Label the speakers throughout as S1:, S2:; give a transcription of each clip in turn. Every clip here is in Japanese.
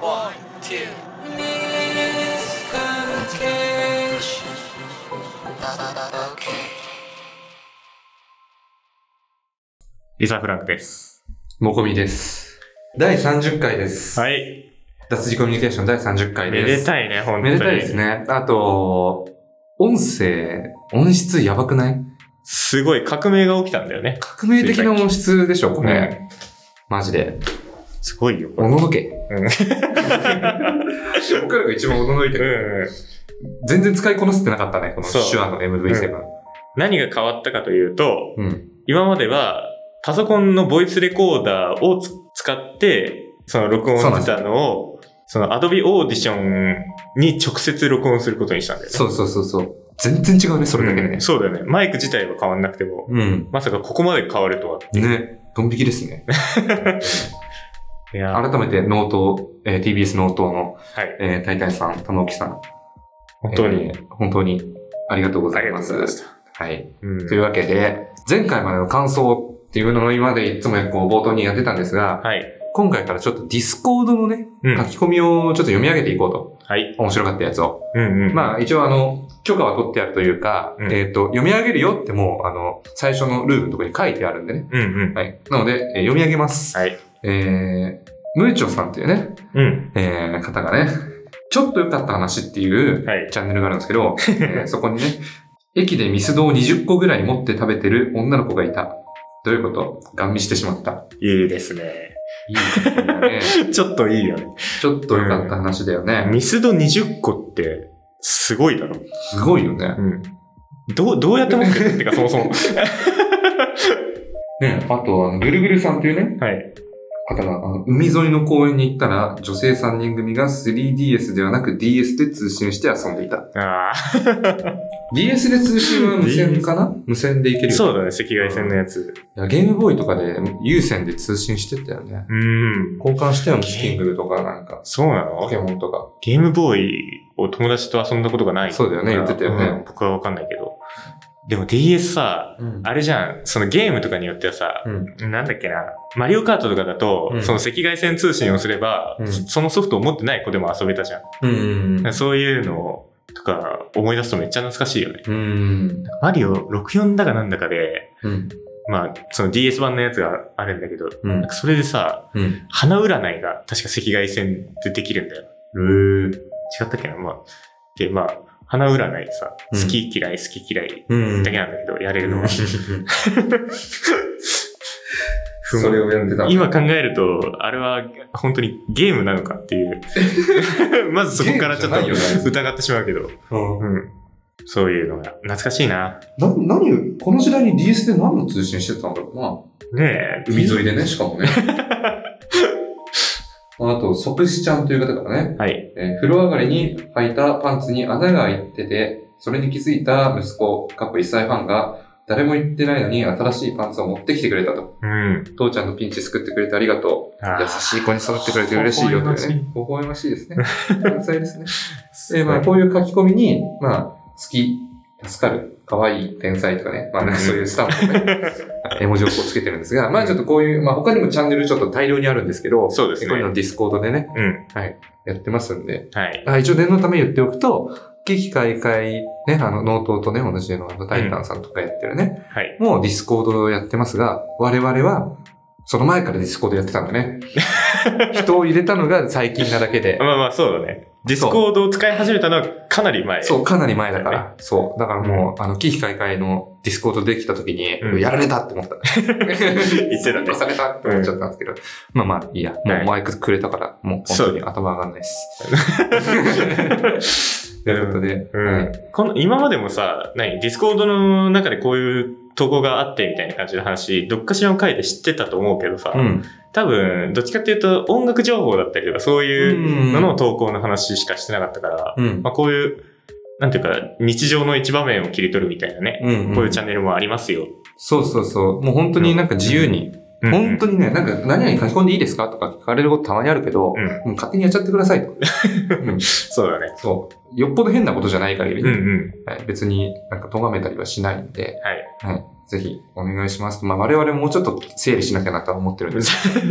S1: One, two. Miscommunication. Okay.
S2: リサ・フランクです。
S3: もこみです。第30回です。
S2: はい。
S3: 脱字コミュニケーション第30回
S2: め
S3: です。
S2: でたいね、本当に。
S3: めでたいです。ね。あと、音声、音質やばくない
S2: すごい革命が起きたんだよね。
S3: 革命的な音質でしょ、これ。マジで。
S2: すごいよ、こ
S3: お
S2: れ。
S3: ののけ。
S2: うん
S3: 僕らが一番驚いて
S2: う
S3: る。
S2: んうん。
S3: 全然使いこなせてなかったね、この
S2: そう
S3: 手話の MV7。
S2: 何が変わったかというと、
S3: うん。
S2: 今までは、パソコンのボイスレコーダーをつ使って、その録音してたのを、その Adobe Audition に直接録音することにしたんだよね。
S3: そうそうそうそう。全然違うね、それだけで
S2: う
S3: ね
S2: ん。そうだよね。マイク自体は変わんなくても、
S3: うん。
S2: まさかここまで変わるとは。
S3: ね。ドン引きですね。
S2: いやー
S3: 改めて、ノート、えー TBS ノートの、
S2: はい。
S3: えー、タイタンさん、玉置さん、
S2: 本当に
S3: え。ー本当にありがとうご
S2: あ
S3: ざ
S2: り
S3: い
S2: が
S3: ま
S2: とう
S3: す。
S2: ございました。
S3: はい。
S2: うん
S3: というわけで、前回までの感想っていうのを今までいつもこう冒頭にやってたんですが、
S2: はい。
S3: 今回からちょっとディスコードのね、
S2: うん
S3: 書き込みをちょっと読み上げていこうと。
S2: はい。
S3: 面白かったやつを。
S2: うんうん。
S3: まあ一応あの、許可は取ってあるというか、
S2: うん
S3: えっ、と、読み上げるよってもう、あの、最初のルールのところに書いてあるんでね。
S2: うんうん。
S3: はい。なので、えー読み上げます。
S2: はい。
S3: えー、ムーチョさんっていうね、
S2: うん。
S3: えー、方がね、ちょっと良かった話っていう
S2: はい
S3: チャンネルがあるんですけど、 えーそこにね、駅でミスドを20個ぐらい持って食べてる女の子がいた。どういうことガン見してしまった。
S2: いいですね。
S3: いいですね。
S2: ちょっといいよね。
S3: ちょっと良かった話だよね。
S2: ミスド20個って、すごいだろ。
S3: すごいよね。
S2: うん。どう、どうやって持って るってか、そもそも。
S3: ねあと、あのぐるぐるさんっていうね、
S2: はい。
S3: 方が、あの海沿いの公園に行ったら、女性3人組が 3DS ではなく DS で通信して遊んでいた。
S2: あ
S3: DS で通信は無線かな無線で行け
S2: あ。
S3: るよね
S2: そうだね、赤外線のやつ。
S3: いやゲームボーイとかで有線で通信してったよね。
S2: うん。
S3: 交換してよね、キングルとかなんか、
S2: そうな
S3: ポ
S2: の
S3: ケモンとか。
S2: ゲームボーイを友達と遊んだことがない。
S3: そうだよね言ってたよね
S2: うん僕はわかんないけど。でも DS さ、
S3: うん
S2: あれじゃん、そのゲームとかによってはさ、
S3: うん。
S2: なんだっけな、マリオカートとかだと、
S3: うん
S2: その赤外線通信をすれば、
S3: うん
S2: そのソフトを持ってない子でも遊べたじゃん。
S3: うん。
S2: そういうのをとか思い出すとめっちゃ懐かしいよね。
S3: うん。
S2: マリオ64だかなんだかで、
S3: うん。
S2: まあ、その DS 版のやつがあるんだけど、
S3: うん
S2: なんかそれでさ、
S3: うん。
S2: 花占いが確か赤外線でできるんだよ。
S3: る
S2: 違ったっけなまあ。で、まあ、花占いさ、
S3: うん
S2: 好き嫌い好き嫌い
S3: うん
S2: だけなんだけど、やれるのは。
S3: それをやってた。
S2: 今考えると、あれは本当にゲームなのかって いう。まずそこからちょっと
S3: ゲームじゃないよね
S2: 疑ってしまうけど。
S3: うん
S2: うん。そういうのが懐かしいな。
S3: な、何、この時代に DS で何の通信してたんだろ
S2: ねえ。
S3: うな。海沿いでね、しかもね。あと、ソプシちゃんという方からね、
S2: はい。
S3: えー風呂上がりに履いたパンツに穴が開いてて、それに気づいた息子、過去1歳半が、誰も言ってないのに新しいパンツを持ってきてくれたと。
S2: うん。
S3: 父ちゃんのピンチ救ってくれてありがとう。優しい子に育ってくれて嬉しいよというね。微笑ましいで すね。天才ですね。で、まあ、こういう書き込みに、まあ、好き、助かる、可愛い、天才とかね、まあ、なんかそういうスタンプをね、 絵文字をこうつけてるんですが、まあ、ちょっとこういう、まあ、他にもチャンネルちょっと大量にあるんですけど、
S2: そうですね
S3: こういうのディスコードでね、
S2: うん。
S3: やってますんで、
S2: はい。
S3: あ一応念のため言っておくと、危機開会、ね、あの、ノートとね、同じの、あの、タイタンさんとかやってるね、
S2: はい。
S3: もうディスコードをやってますが、我々は、その前からディスコードやってたん だね。人を入れたのが最近なだけで。
S2: まあまあ、そうだね。ディスコードを使い始めたのはかなり前。
S3: そう、かなり前だか
S2: だ
S3: ら。そう。だからもう、あの、危機開会のディスコードできた時に、
S2: うん
S3: やられたっ て思った。
S2: 言ってたね
S3: 殺されたって思っちゃったんですけど。まあまあ、いいや。も
S2: は
S3: う
S2: い
S3: マイクくれたから、もう本
S2: そ
S3: 当
S2: う
S3: に頭上がんないです。
S2: うん
S3: ということで、
S2: う
S3: はい
S2: ん。この、今までもさ、何ディスコードの中でこういう投稿があってみたいな感じの話、どっかしらの回で知ってたと思うけどさ、
S3: うん。
S2: 多分、どっちかっていうと音楽情報だったりとか、そういうの
S3: う
S2: の
S3: ん
S2: 投稿の話しかしてなかったから、
S3: うん
S2: まあこういう、なんていうか、日常の一場面を切り取るみたいなね、
S3: うん。
S2: こういうチ
S3: ん
S2: ャンネルもありますよ。
S3: そうそうそう。もう本当になんか自由に。本当
S2: に。
S3: にね、なんか何々書き込んでいいですかとか聞かれることたまにあるけど、
S2: うん。
S3: もう勝手にやっちゃってくださいと。うん
S2: そうだね。
S3: そう。よっぽど変なことじゃない限り
S2: うん
S3: ね、
S2: うん。
S3: はい、別になんか咎めたりはしないんで、
S2: はい。
S3: はい。ぜひお願いします。まあ、我々もうちょっと整理しなきゃなとは思ってるんですはい。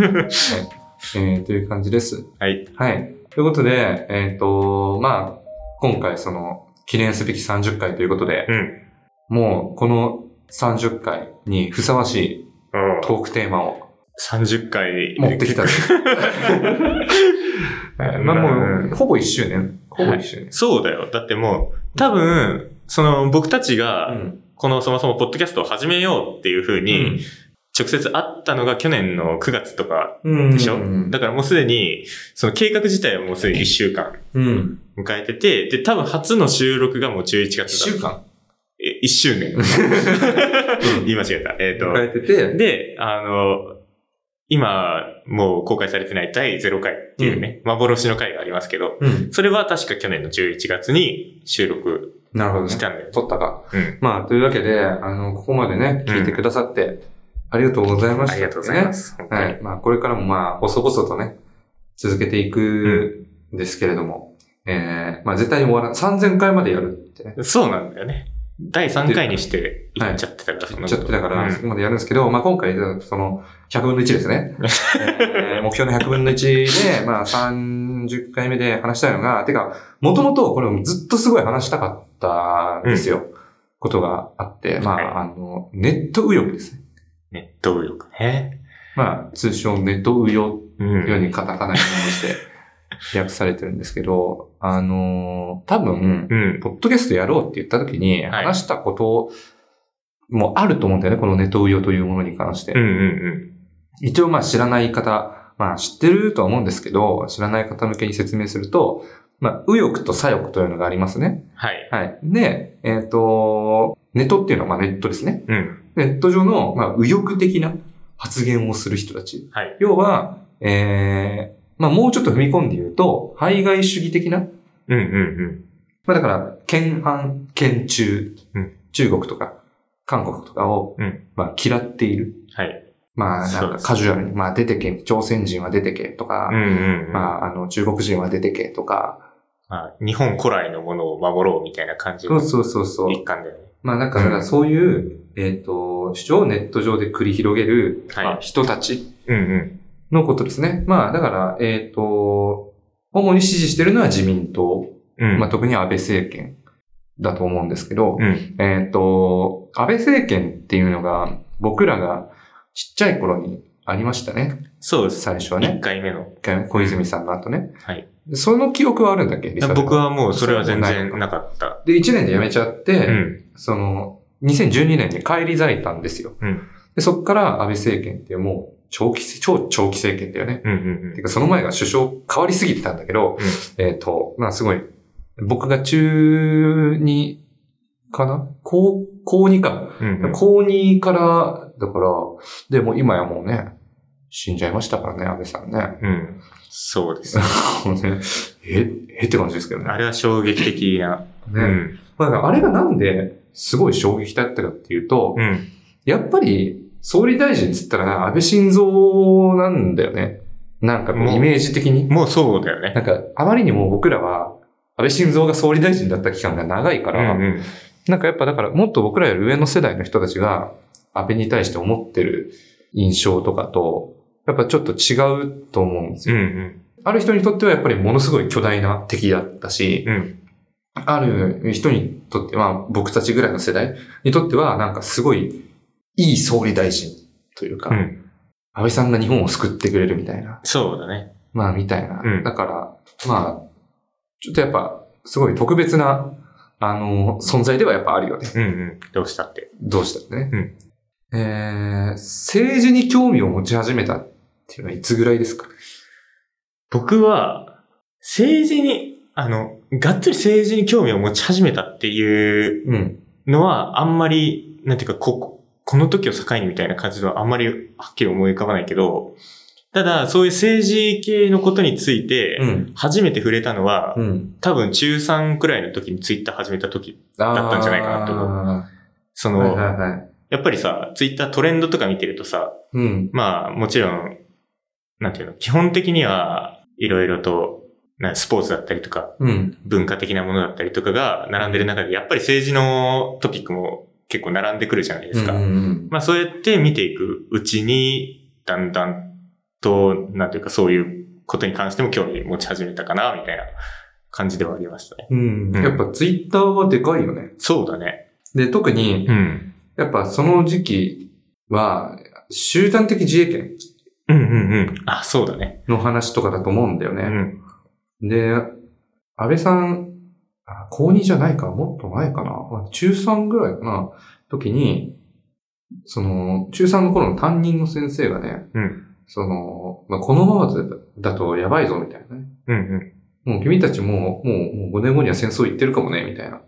S3: えー、という感じです。
S2: はい。
S3: はい。ということで、えっ、と、まあ、今回その、記念すべき30回ということで、
S2: うん。
S3: もうこの30回にふさわしい
S2: うん。
S3: トークテーマを
S2: 30回。
S3: 持ってきた。 まあもう、ほぼ1周年。ほぼ1周年。
S2: そうだよ。だってもう、多分、その僕たちが、
S3: ん。
S2: このそもそもポッドキャストを始めようっていうふうに、直接会ったのが去年の9月とか
S3: うん。
S2: でしょ、
S3: うん
S2: だからもうすでに、その計画自体はもうすでに1週間
S3: うん。
S2: 迎えてて、で、多分初の収録がもう11月だ。
S3: 1週間
S2: え、1周年。言い間違えた。えっ、
S3: 迎えてて、
S2: と。で、あの、今、もう公開されてない第0回っていうね、幻の回がありますけど、
S3: うん。
S2: それは確か去年の11月に収録
S3: なるほどね
S2: し。たんだよ。
S3: 撮ったか。
S2: うん
S3: まあ、というわけで、あの、ここまでね、聞いてくださって、ありがとうございました、。
S2: ありがとうございますす。本当に
S3: はい。まあ、これからもまあ、細々とね、続けていくんですけれども、ええまあ、絶対に終わらない。3000回までやるってね。
S2: そうなんだよね。第3回にして行っちゃってたから、そん
S3: 言
S2: なこ
S3: っち
S2: と
S3: ゃってたから、
S2: うん
S3: そこまでやるんですけど、まあ、今回、その、100分の1です ね。えー目標の100分の1で、まあ、30回目で話したいのが、てか、もともとこれずっとすごい話したかったんですよ。ことがあって、ま
S2: はい
S3: あ、あの、ネット右翼ですね。
S2: ネット右翼ね。
S3: まあ、通称ネット右翼
S2: うん。
S3: ようにカタカナにして、訳されてるんですけど、あのー多分、
S2: うん。
S3: ポッドキャストやろうって言った時に、
S2: はい
S3: 話したこともあると思うんだよね、このネトウヨというものに関して。
S2: うんうん
S3: 一応まあ知らない方、まあ知ってるとは思うんですけど、知らない方向けに説明すると、まあ、右翼と左翼というのがありますね
S2: う。ん。はい。
S3: はい。で、えっ、と、ネトっていうのはまあネットですね。
S2: うん。
S3: ネット上の、まあ、右翼的な発言をする人たち。
S2: はい
S3: 要は、えー、まあ、もうちょっと踏み込んで言うと、排外主義的な、
S2: うんうん
S3: まあ、だから、憲反、憲中、
S2: うん
S3: 中国とか、韓国とかを、
S2: うん
S3: まあ、嫌っている。
S2: うん。はい。
S3: まあ、な
S2: そうんで
S3: か
S2: す
S3: カジュアルに、まあ、出てけ、朝鮮人は出てけとか、
S2: うんうんうん。
S3: まあ、あの、中国人は出てけとか、
S2: まあ、日本古来のものを守ろうみたいな感じ
S3: そ
S2: の
S3: うそうそうそう。
S2: 一環だよね。
S3: まあ、だから、そういう、えっ、と、主張をネット上で繰り広げる、
S2: はい
S3: まあ人たち
S2: うんうん。
S3: のことですね。まあ、だから、えっ、と、主に支持してるのは自民党、
S2: うん。
S3: まあ、特に安倍政権だと思うんですけど、
S2: うん。
S3: えっ、と、安倍政権っていうのが、僕らがちっちゃい頃にありましたね。
S2: そうです。
S3: 最初は
S2: 一
S3: ね。
S2: 回目の。
S3: 一回小泉さんの後ね。
S2: はい。
S3: でその記憶はあるんだっけリサさん
S2: 僕はもうそれは全
S3: そうで
S2: 然
S3: も
S2: なかった。
S3: で、1年で辞めちゃって、
S2: うん。
S3: その、2012年に返り咲いたんですよ。
S2: うん
S3: でそこから安倍政権ってもう、長期、超長期政権だよね。
S2: うんうん
S3: てか、その前が首相変わりすぎてたんだけど、えっ、と、まあすごい、僕が中2かな高、高2か。
S2: うん。うんうん。
S3: 高2から、だから、でも今やもうね、死んじゃいましたからね、安倍さんね。
S2: うん。そうです。
S3: もうねえ、えって感じですけどね。
S2: あれは衝撃的な。う
S3: ね
S2: ん。
S3: まあだからあれがなんで、すごい衝撃だったかっていうと、
S2: うん。
S3: やっぱり、総理大臣っつったら安倍晋三なんだよね。なんかこう
S2: もう
S3: イメージ的に。
S2: もうそうだよね。
S3: なんか、あまりにも僕らは、安倍晋三が総理大臣だった期間が長いか
S2: う
S3: ら、
S2: んうん。
S3: なんかやっぱだから、もっと僕らより上の世代の人たちが、安倍に対して思ってる印象とかと、やっぱちょっと違うと思うんです
S2: う
S3: よ。
S2: ん
S3: ある人にとってはやっぱりものすごい巨大な敵だったし、
S2: うん
S3: ある人にとって、まあ僕たちぐらいの世代にとっては、なんかすごいいい総理大臣というか、
S2: うん。うん。
S3: 安倍さんが日本を救ってくれるみたいな。
S2: そうだね。
S3: まあ、みたいな。
S2: うん
S3: だから、まあ、ちょっとやっぱ、すごい特別な、あの、存在ではやっぱあるよね。
S2: うんうん。どうしたって。
S3: どうしたってね。えー、政治に興味を持ち始めたっていうのはいつぐらいですか
S2: 僕は、政治に、あの、がっつり政治に興味を持ち始めたっていう
S3: うん。
S2: のは、あんまり、なんていうか、ここ、この時を境にみたいな感じのはあんまりはっきり思い浮かばないけど、ただ、そういう政治系のことについて、
S3: ん。
S2: 初めて触れたのは、
S3: うん。
S2: 多分中3くらいの時にツイッター始めた時、だったんじゃないかなと思う
S3: あ
S2: そ
S3: ー
S2: の、
S3: はいはいはい。
S2: やっぱりさ、ツイッタートレンドとか見てるとさ、
S3: うん。
S2: まあ、もちろん、なんていうの、基本的には、いろいろと、なスポーツだったりとか、
S3: うん。
S2: 文化的なものだったりとかが並んでる中で、やっぱり政治のトピックも結構並んでくるじゃないですか。
S3: うんうん
S2: まあそうやって見ていくうちに、だんだんと、なんていうかそういうことに関しても興味持ち始めたかな、みたいな感じではありましたね。
S3: うん。
S2: うん
S3: やっぱツイッターはでかいよね。
S2: そうだね。
S3: で、特に、
S2: うん。
S3: やっぱその時期は、集団的自衛権
S2: うんうんうん。あ、そうだね。
S3: の話とかだと思うんだよ
S2: う
S3: ね。
S2: ん。
S3: で、安倍さん、あ高2じゃないか、もっと前かな。まあ中3ぐらいかな、時に、その、中3の頃の担任の先生がね、
S2: うん
S3: その、まあ、このままだとだとやばいぞ、みたいなね。
S2: うんうん。
S3: もう君たちもう、もう、もう5年後には戦争行ってるかもね、みたいな。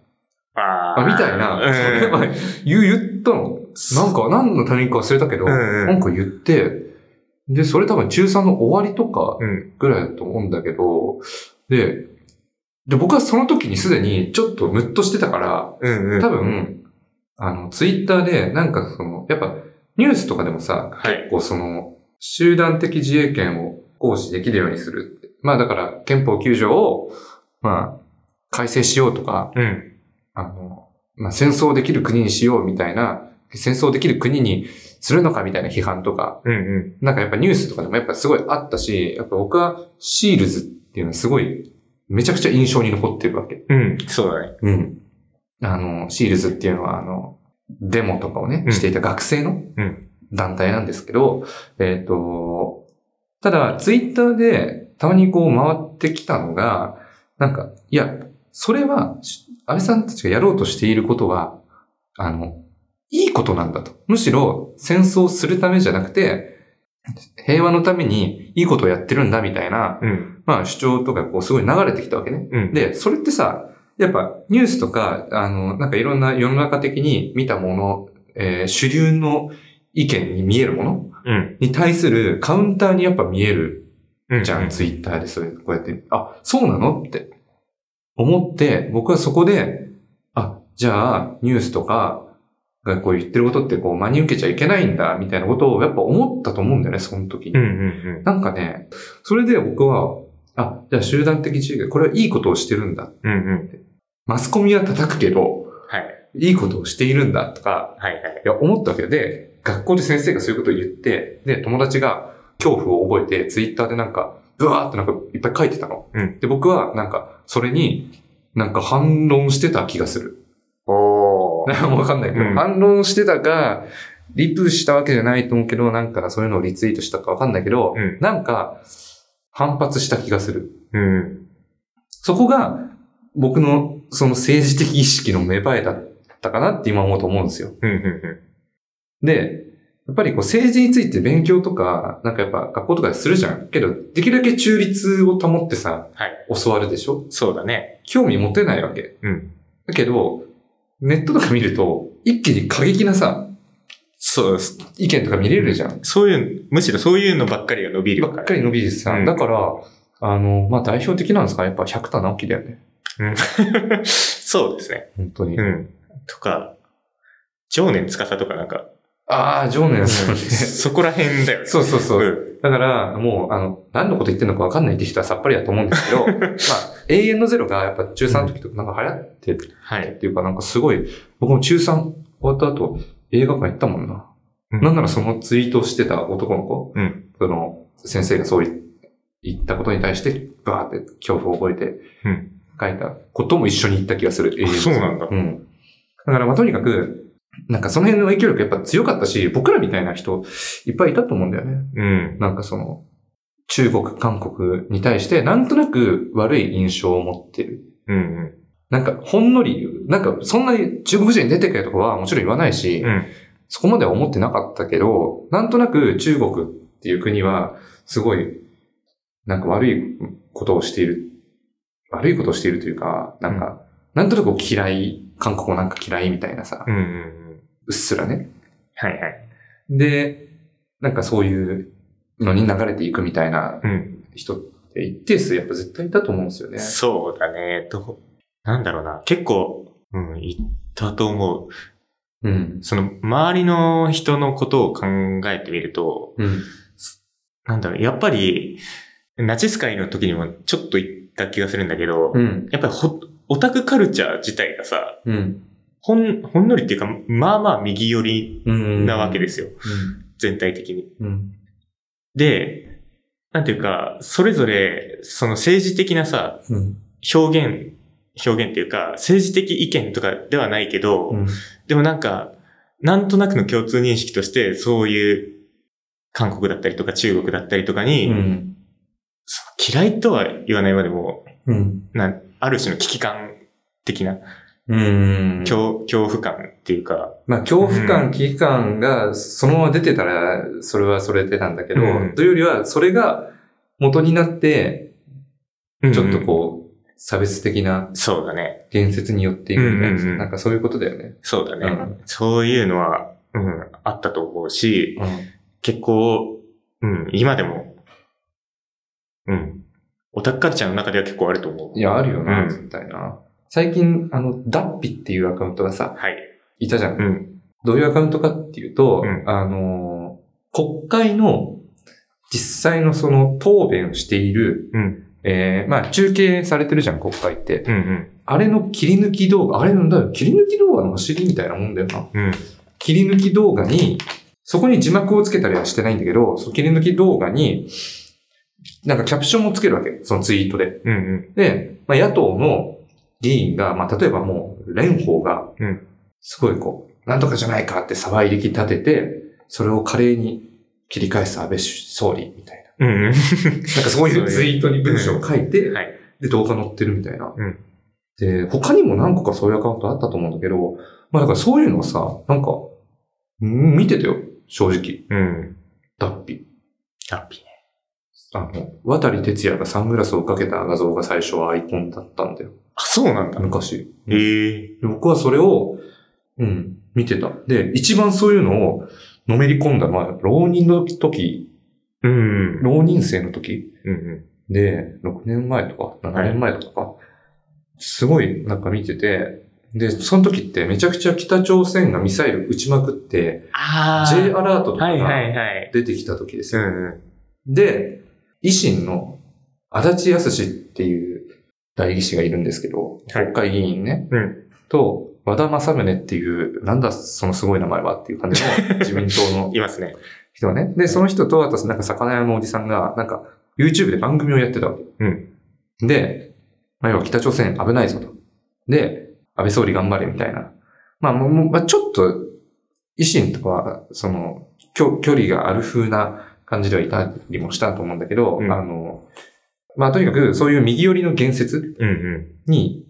S2: あ
S3: あみたいな、それは言う、言ったの。なんか、何のタイミングか忘れたけど、
S2: うんうん
S3: なんか言って、で、それ多分中3の終わりとか
S2: うん。
S3: ぐらいだと思うんだけど、で、で、僕はその時にすでにちょっとムッとしてたから、
S2: うんうん。
S3: 多分、あの、ツイッターで、なんかその、やっぱ、ニュースとかでもさ、
S2: はい。
S3: こうその、集団的自衛権を行使できるようにするって。まあだから、憲法9条を、まあ、改正しようとか、
S2: うん。
S3: あの、まあ、戦争できる国にしようみたいな、戦争できる国にするのかみたいな批判とか、
S2: うんうん。
S3: なんかやっぱニュースとかでもやっぱすごいあったし、やっぱ僕はシールズっていうのはすごい、めちゃくちゃ印象に残ってるわけ。
S2: うん。そうだね。
S3: うん。あの、シールズっていうのはあの、デモとかをね
S2: う、ん
S3: していた学生の
S2: うん
S3: 団体なんですけど、えっ、と、ただ、ツイッターでたまにこう回ってきたのが、なんか、いや、それは、し安倍さんたちがやろうとしていることは、あの、いいことなんだと。むしろ戦争するためじゃなくて、平和のためにいいことをやってるんだみたいな、
S2: うん。
S3: まあ主張とかこうすごい流れてきたわけね。
S2: うん。
S3: で、それってさ、やっぱニュースとか、あの、なんかいろんな世の中的に見たもの、えー主流の意見に見えるもの
S2: うん。
S3: に対するカウンターにやっぱ見える
S2: うん。
S3: じゃん、ツイッターでそれ、こうやって、あ、そうなのって思って、僕はそこで、あ、じゃあ、ニュースとかがこう言ってることってこう真に受けちゃいけないんだ、みたいなことをやっぱ思ったと思うんだよね、その時に。
S2: うんうん
S3: なんかね、それで僕は、あ、じゃあ集団的自衛権、これはいいことをしてるんだ。
S2: うん。うんうん。
S3: マスコミは叩くけど、
S2: はい。
S3: いいことをしているんだ、とか、
S2: はいはい。
S3: いや、思ったわけで、学校で先生がそういうことを言って、で、友達が恐怖を覚えて、ツイッターでなんか、うわーってなんかいっぱい書いてたの。
S2: うん
S3: で、僕はなんか、それに、なんか反論してた気がする。
S2: おー。
S3: なんかわかんないけど、
S2: うん
S3: 反論してたか、リプしたわけじゃないと思うけど、なんかそういうのをリツイートしたかわかんないけど、
S2: うん
S3: なんか、反発した気がする。
S2: うん。
S3: そこが、僕のその政治的意識の芽生えだったかなって今思うと思うんですよ。
S2: うんうん
S3: で、やっぱりこう政治について勉強とか、なんかやっぱ学校とかでするじゃん。けど、できるだけ中立を保ってさ、
S2: はい
S3: 教わるでしょ
S2: うん。そうだね。
S3: 興味持てないわけ。
S2: うん。
S3: だけど、ネットとか見ると、一気に過激なさ、
S2: そう、
S3: 意見とか見れるじゃん。
S2: そういう、むしろそういうのばっかりが伸びる
S3: ば
S2: から。
S3: っかり伸びてさ、
S2: うん
S3: だから、あの、まあ、代表的なんですかやっぱ百田直樹だよね。
S2: そうですね。
S3: 本当に。
S2: うん。とか、常年司とかなんか、
S3: ああ、常念さんね。
S2: そこら辺だよね。
S3: そうそうそう。
S2: う
S3: だから、もう、あの、何のこと言ってんのか分かんないって人はさっぱりだと思うんです けど、まあ、永遠のゼロがやっぱ中3の時とかなんか流行って
S2: ん。はい。
S3: っていうか、なんかすごい、僕も中3終わった後、映画館行ったもんな。
S2: うん
S3: なんならそのツイートをしてた男の子、
S2: うん
S3: その、先生がそうい言ったことに対して、バーって恐怖を覚えて
S2: うん、
S3: 書いたことも一緒に言った気がする。
S2: あそうなんだ
S3: うん。だから、まあ、とにかく、なんかその辺の影響力やっぱ強かったし、僕らみたいな人いっぱいいたと思うんだよね。
S2: うん。
S3: なんかその、中国、韓国に対してなんとなく悪い印象を持ってる。
S2: うんうん。
S3: なんか、ほんのり言う。なんか、そんなに中国人に出てけとかはもちろん言わないし、
S2: うん
S3: そこまでは思ってなかったけど、なんとなく中国っていう国は、すごい、なんか悪いことをしている。悪いことをしているというか、なんか、なんとなくこう嫌い、韓国もなんか嫌いみたいなさ、
S2: うんうんうん。
S3: うっすらね。
S2: はいはい。
S3: で、なんかそういうのに流れていくみたいな
S2: うん。
S3: 人って一定数やっぱ絶対いたと思うんですよね。
S2: そうだね。どう、なんだろうな。結構、うん、言ったと思う。
S3: うん。
S2: その、周りの人のことを考えてみると、
S3: うん。
S2: なんだろう、やっぱり、ナチス会の時にもちょっと言った気がするんだけど、
S3: うん。
S2: やっぱりほオタクカルチャー自体がさ、
S3: うん。
S2: ほん、ほんのりっていうか、まあまあ右寄り
S3: うん。。
S2: なわけですすよ。全体的に。
S3: うん。
S2: で、なんていうか、それぞれ、その政治的なさ、
S3: うん。
S2: 表現、表現っていうか、政治的意見とかではないけど、
S3: うん。
S2: でもなんか、なんとなくの共通認識として、そういう、韓国だったりとか中国だったりとかに、
S3: うん。
S2: その嫌いとは言わないまでも、
S3: うん。
S2: なんある種の危機感的な、
S3: うん。
S2: 恐恐怖感っていうか、
S3: まあ、恐怖
S2: うん
S3: 感、危機感がそのまま出てたら、それはそれでなんだけど、
S2: うん
S3: というよりは、それが元になって、ちょっとこう、差別的な
S2: うん、そうだね。
S3: 言説によっていくみたいな、
S2: うんうんうん
S3: なんかそういうことだよね。
S2: そうだね。
S3: うん
S2: そういうのは、うん、あったと思うし、結構、うん、今でも、うん、オタクカルチャーの中では結構あると思う。
S3: いや、あるよな、
S2: うん
S3: 絶対な。最近、あの、ダッピっていうアカウントがさ、
S2: はい。
S3: いたじゃん。
S2: うん。
S3: どういうアカウントかっていうと、
S2: うん
S3: あのー、国会の実際のその答弁をしている、
S2: うん。
S3: えー、まあ、中継されてるじゃん、国会って。
S2: うん
S3: あれの切り抜き動画、あれなんだよ、切り抜き動画のお尻みたいなもんだよな。
S2: うん。うん。
S3: 切り抜き動画に、そこに字幕をつけたりはしてないんだけど、その切り抜き動画に、なんかキャプションをつけるわけ、そのツイートで。
S2: うん。
S3: で、まあ、野党の議員が、まあ、例えばもう、蓮舫が
S2: うん、
S3: すごいこう、なんとかじゃないかって騒いでき立てて、それを華麗に切り返す安倍総理みたいな。
S2: うん。うん。
S3: なんかそういうツイートに文章を書いて、
S2: はい。
S3: で、動画載ってるみたいな。
S2: うん
S3: で、他にも何個かそういうアカウントあったと思うんだけど、まあだからそういうのはさ、なんか、ん見てたよ、正直。
S2: うん。
S3: ダッピ。
S2: ラッピーね。
S3: あの、渡哲也がサングラスをかけた画像が最初はアイコンだったんだよ。
S2: あ、そうなんだ。
S3: 昔。
S2: ええ
S3: で僕はそれを、うん、見てた。で、一番そういうのを、のめり込んだのは、浪人の時、
S2: うん。うん
S3: 浪人生の時
S2: うん。
S3: で、6年前とか、7年前とか、すごいなんか見てて、で、その時ってめちゃくちゃ北朝鮮がミサイル撃ちまくって、
S2: ああ。
S3: J アラートとか
S2: はいは
S3: が
S2: いはい。
S3: 出てきた時です
S2: う
S3: よ。
S2: んうん。
S3: で、維新の足立康っていう代議士がいるんですけど、
S2: はい
S3: 国会議員ね、
S2: うん
S3: と、和田正宗っていう、なんだそのすごい名前はっていう感じの自民党の
S2: いますね。
S3: 人がね。で、その人と、あと、なんか、魚屋のおじさんが、なんか、YouTube で番組をやってたわけ。
S2: うん
S3: で、まあ、要は北朝鮮危ないぞと。で、安倍総理頑張れみたいな。まあ、もうもう、まあ、ちょっと、維新とかは、その、距距離がある風な感じではいたりもしたと思うんだけど、
S2: うん
S3: あの、まあ、とにかく、そういう右寄りの言説
S2: うん
S3: に、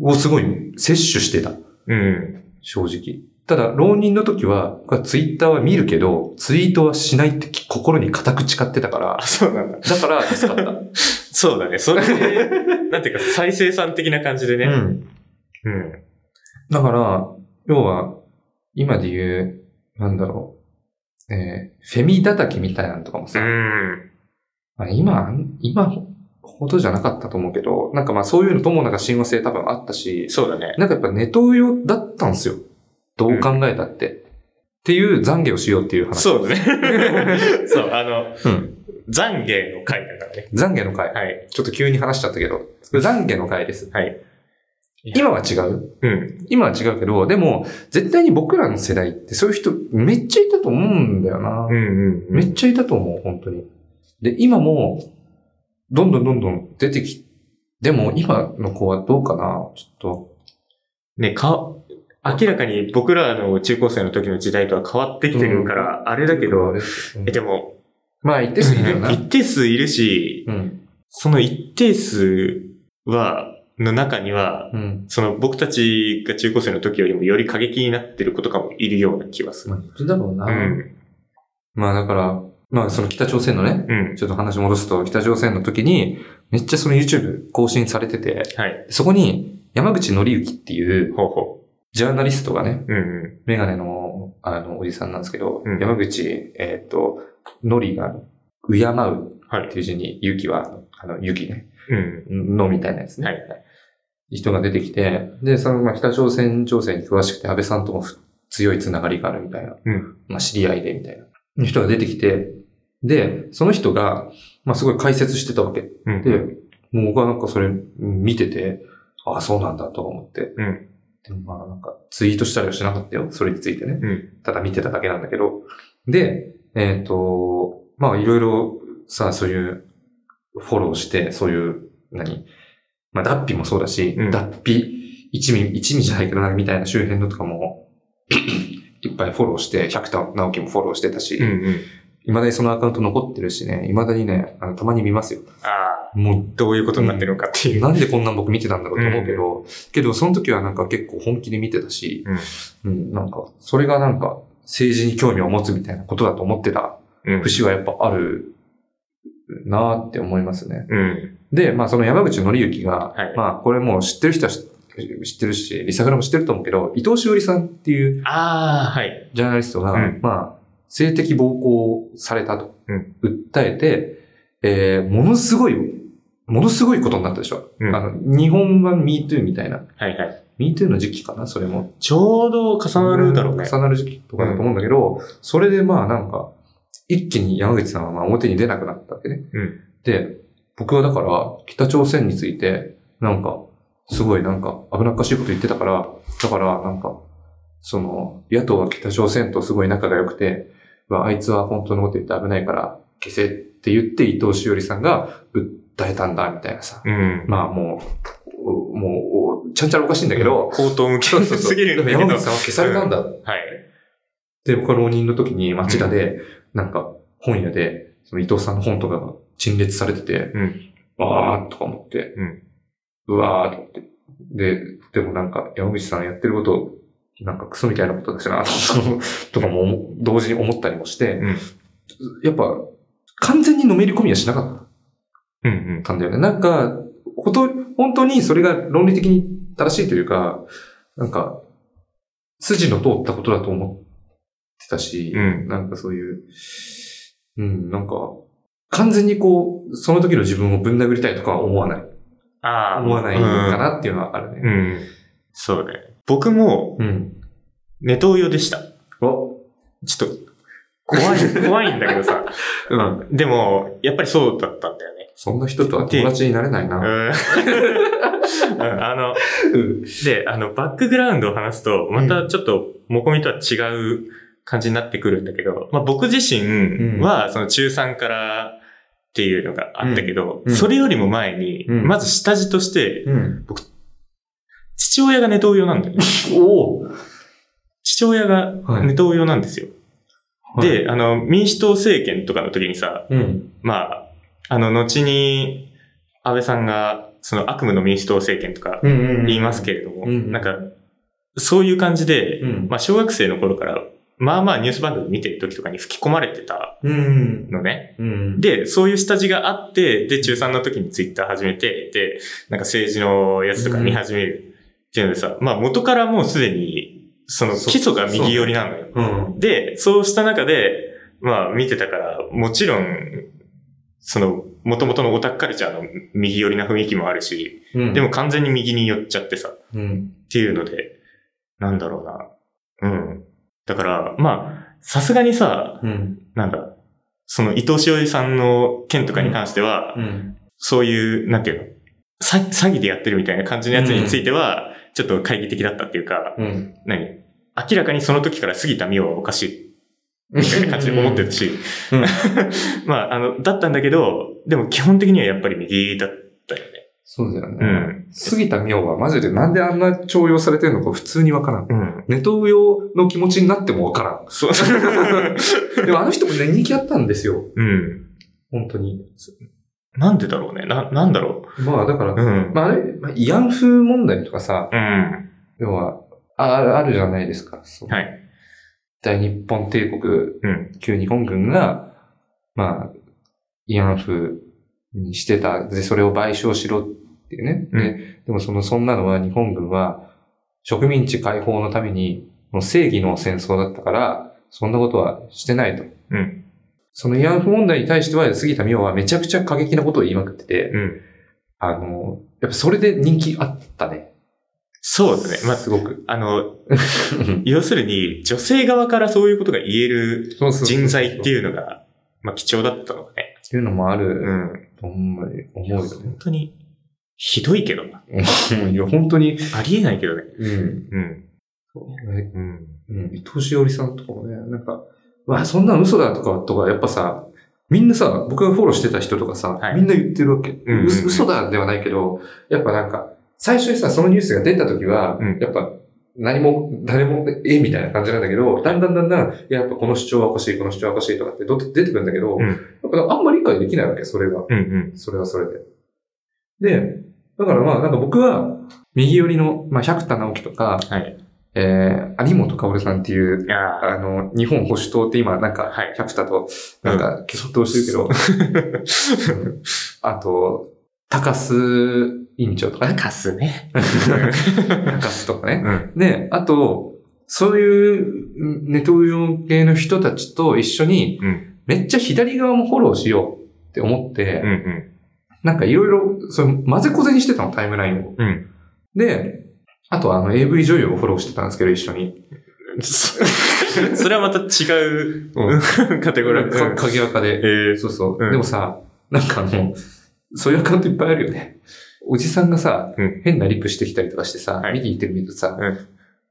S3: をすごい摂取してた。
S2: うん。うん。
S3: 正直。ただ、浪人の時は、ツイッターは見るけど、ツイートはしないって心に固く誓ってたから
S2: あ、、そうなんだ。
S3: だから助かった。
S2: そうだね。それ、 なんていうか、再生産的な感じで
S3: う
S2: ね。
S3: ん。
S2: うん。
S3: だから、要は、今で言う、なんだろう、えーフェミ叩きみたいなのとかも
S2: う
S3: さ、
S2: ん。
S3: まあ、今、今ほどじゃなかったと思うけど、なんかまあそういうのともなんか親和性多分あったし、
S2: そうだね。
S3: なんかやっぱネトウヨだったんですよ。どう考えたって。っていう懺悔をしようっていう話。
S2: そうだね。 そう、あの、
S3: うん。
S2: 懺悔の回だからね。
S3: 懺悔の回。
S2: はい。
S3: ちょっと急に話しちゃったけど、懺悔の回です。
S2: はい。
S3: 今は違う
S2: うん。
S3: 今は違うけど、でも、絶対に僕らの世代ってそういう人めっちゃいたと思うんだよな。
S2: うんうんうん。
S3: めっちゃいたと思う、本当に。で、今も、どんどんどんどん出てき、でも今の子はどうかなちょ
S2: ね、か、明らかに僕らの中高生の時の時代とは変わってきてるから、あれ
S3: っと。
S2: だけど、
S3: うん
S2: え、でも、
S3: まあ、一定数いるよな。
S2: 一定数いるし、
S3: うん。
S2: その一定数は、の中には、
S3: うん。
S2: その僕たちが中高生の時よりもより過激になってる子とかもいるような気がす
S3: ま
S2: る。
S3: あ、いるだろうな。
S2: うん。
S3: まあ、だから、まあ、その北朝鮮のね、
S2: うん。
S3: ちょっと話戻すと、北朝鮮の時に、めっちゃその YouTube 更新されてて、
S2: はい。
S3: そこに、山口紀之っていう、
S2: ほうほ
S3: ジャーナリストがね、
S2: う。うんう
S3: メガネの、あの、おじさんなんですけど、
S2: うん
S3: 山口、えーっ、と、のりが、敬う
S2: は
S3: っ
S2: い
S3: ていう字に、ゆきは、あの、ゆきね、
S2: ん。う
S3: のみたいなやつ
S2: ん。
S3: ね。
S2: はい。
S3: 人が出てきて、で、その、まあ、北朝鮮情勢に詳しくて、安倍さんともふ強いつながりがあるみたいな。
S2: うん
S3: まあ、知り合いで、みたいな。人が出てきて、で、その人が、まあ、すごい解説してたわけ。
S2: うん。
S3: で、もう僕はなんかそれ見てて、ああ、そうなんだと思って。
S2: うん
S3: でもまあなんかツイートしたりはしなかったよ、それについてね。
S2: うん
S3: ただ見てただけなんだけど。で、えっ、と、まあいろいろさ、そういうフォローして、そういう、何まあ、脱皮もそうだし、
S2: うん
S3: 脱皮、一味、一味じゃないけどな、みたいな周辺のとかも、 いっぱいフォローして、百田直樹もフォローしてたし、
S2: うんうん。
S3: 未だにそのアカウント残ってるしね、未だにね、あのたまに見ますよ。
S2: ああ、
S3: もう、
S2: どういうことになってるのかっていう。
S3: なんでこんなん僕見てたんだろうと思うけど、けどその時はなんか結構本気で見てたし、うん、なんか、それがなんか政治に興味を持つみたいなことだと思ってた
S2: うん。
S3: 節はやっぱあるなーって思いますね。
S2: うん。
S3: で、まあその山口紀之が、
S2: はい
S3: まあこれもう知ってる人は知知ってるし、リサグラも知ってると思うけど、伊藤詩織さんっていう
S2: ああ、はい。
S3: ジャーナリストが、
S2: うん
S3: まあ、性的暴行をされたと
S2: うん、
S3: 訴えて、えー、ものすごい、ものすごいことになったでしょ。
S2: うん
S3: あの日本版 MeToo みたいな。
S2: はいはい。
S3: MeToo の時期かな、それも。
S2: ちょうど重なるだろうね。
S3: 重なる時期とかだと思うんだけど、それでまあなんか、一気に山口さんはまあ表に出なくなったわけね。
S2: うん
S3: で、僕はだから、北朝鮮について、なんか、すごいなんか、危なっかしいこと言ってたから、だからなんか、その、野党は北朝鮮とすごい仲が良くて、まあ、あいつは本当のこと言って危ないから、消せって言って伊藤詩織さんが訴えたんだ、みたいなさ。
S2: うん。
S3: まあもう、おもうお、ちゃんちゃらおかしいんだけど、
S2: 口頭向け
S3: そうそうそう
S2: すぎるんだけど。
S3: 山口さんは消されたんだ
S2: はい。
S3: で、僕は浪人の時に町田で、なんか本屋で、その伊藤さんの本とかが陳列されてて、
S2: う
S3: わーっとか思って、
S2: うん
S3: うわーっと思って。で、でもなんか山口さんやってること、なんかクソみたいなことだしな、とかも思同時に思ったりもして、
S2: うん
S3: やっぱ完全にのめり込みはしなか
S2: うん
S3: っ。たんだよね。なんか、ほと、本当にそれが論理的に正しいというか、なんか、筋の通ったことだと思ってたし、
S2: うん。
S3: なんかそういう、うん、なんか、完全にこう、その時の自分をぶん殴りたいとかは思わない。
S2: ああ。
S3: 思わないかなっていうのはある
S2: うん。う
S3: ね。
S2: ん。そうね。僕も、
S3: うん。
S2: ネトウヨでした。
S3: お
S2: ちょっと、怖い、 怖いんだけどさ。
S3: うん。
S2: でも、やっぱりそうだったんだよね。
S3: そんな人とは友達になれないな。
S2: うん。うんあの、
S3: うん。
S2: で、あの、バックグラウンドを話すと、またちょっと、もこみとは違う感じになってくるんだけど、まあ僕自身は、その中3からっていうのがあったけど、
S3: うんうん
S2: それよりも前に、
S3: うん
S2: まず下地として、
S3: うん。
S2: 父親がネトウヨなんだよね。
S3: おー
S2: 父親がネトウヨなんですよ。
S3: はい、
S2: で、あの、民主党政権とかの時にさ、
S3: うん。
S2: まあ、あの、後に、安倍さんが、その悪夢の民主党政権とか
S3: うんうんうん
S2: 言いますけれども、
S3: うん
S2: なんか、そういう感じで、
S3: うん。
S2: まあ、小学生の頃から、まあまあニュース番組見てる時とかに吹き込まれてた
S3: うん。
S2: のね。
S3: うん。
S2: で、そういう下地があって、で、中3の時にツイッター始めて、で、なんか政治のやつとか見始めるっていうのでさ、まあ元からもうすでに、その基礎が右寄りなのよ。
S3: うん。
S2: で、そうした中で、まあ見てたから、もちろん、その、元々のオタクカルチャーの右寄りな雰囲気もあるし、
S3: うん。
S2: でも、完全に右に寄っちゃってさ、
S3: うん。
S2: っていうので、なんだろうな。うん。だから、まあ、さすがにさ、
S3: うん。
S2: なんだ、その伊藤しおりさんの件とかに関しては、
S3: うん。
S2: そういう、なんていうの詐詐欺でやってるみたいな感じのやつについては、ちょっと懐疑的だったっていうか、
S3: うん。
S2: 何明らかにその時から過ぎた美桜はおかしいみたいな感じで思ってたし
S3: うん
S2: まあ、あの、だったんだけど、でも基本的にはやっぱり右だったよね。
S3: そうだよね。
S2: うん。
S3: 杉田美桜はマジでなんであんな徴用されてるのか普通にわからん。
S2: うん。
S3: ネトウヨの気持ちになってもわからん。
S2: そう。
S3: でもあの人もね、人気あったんですよ。
S2: うん。
S3: 本当に。
S2: なんでだろうね。な、なんだろ
S3: まあだから
S2: う。、うん。
S3: まああれ、まあ、慰安婦問題とかさ、
S2: うん。
S3: 要は、ああるじゃないですか。そう
S2: はい。
S3: 大日本帝国、
S2: うん。
S3: 旧日本軍が、まあ、慰安婦にしてた。で、それを賠償しろっていうね。
S2: うん
S3: ででもその、そんなのは日本軍は植民地解放のために、もう正義の戦争だったから、そんなことはしてないと。
S2: うん
S3: その慰安婦問題に対しては、杉田美桜はめちゃくちゃ過激なことを言いまくってて、
S2: うん。
S3: あの、やっぱそれで人気あったね。
S2: そうだね。まあ、
S3: すごく。
S2: あの、要するに、女性側からそういうことが言える人材って
S3: う。
S2: いうのが、まあ、貴重だったのがね。
S3: っていうのもあ
S2: う
S3: る
S2: ん。
S3: と思う
S2: いや
S3: 思うよね
S2: 本。当に、ひどいけどな。
S3: うんいや、本当に。
S2: ありえないけどね。
S3: うん。
S2: うん。うん。
S3: うん、伊藤しおりさんとかもね、なんか、うわ、そんなの嘘だとか、とか、やっぱさ、みんなさ、僕がフォローしてた人とかさ、
S2: はい
S3: みんな言ってるわけ。
S2: んうんうん
S3: 嘘嘘だではないけど、やっぱなんか、最初にさ、そのニュースが出た時は、
S2: うん
S3: やっぱ、何も、誰も、え、みたいな感じなんだけど、だんだんだんだん、いややっぱこの主張はおかしい、この主張はおかしいとかってど出てくるんだけど、
S2: うん
S3: やっぱあんまり理解できないわけ、それが。
S2: うんうん。
S3: それはそれで。で、だからまあ、なんか僕は、右寄りの、まあ、百田直樹とか、
S2: はい
S3: えー、有本薫さんっていう、
S2: いやー
S3: あの、日本保守党って今、なんか
S2: はい、
S3: 百田と、なんか、決闘してるけど、うん あと、高須委員長とかね。
S2: カスね。
S3: 高須とかね。
S2: うん。
S3: で、あと、そういうネトウヨ系の人たちと一緒に、
S2: うん
S3: めっちゃ左側もフォローしようって思って、
S2: うんうん。
S3: なんかいろいろ、その、混ぜこぜにしてたの、タイムラインを。
S2: うん
S3: で、あとあの、AV 女優をフォローしてたんですけど、一緒に。
S2: そ それはまた違う
S3: うん
S2: カテゴリー。
S3: か
S2: うん
S3: 鍵垢で。
S2: えー
S3: そうそう。
S2: うん
S3: でもさ、なんかあの、そういうアカウントいっぱいあるよね。おじさんがさ、
S2: うん
S3: 変なリプしてきたりとかしてさ、
S2: はい
S3: 見に行ってみるとさ、
S2: うん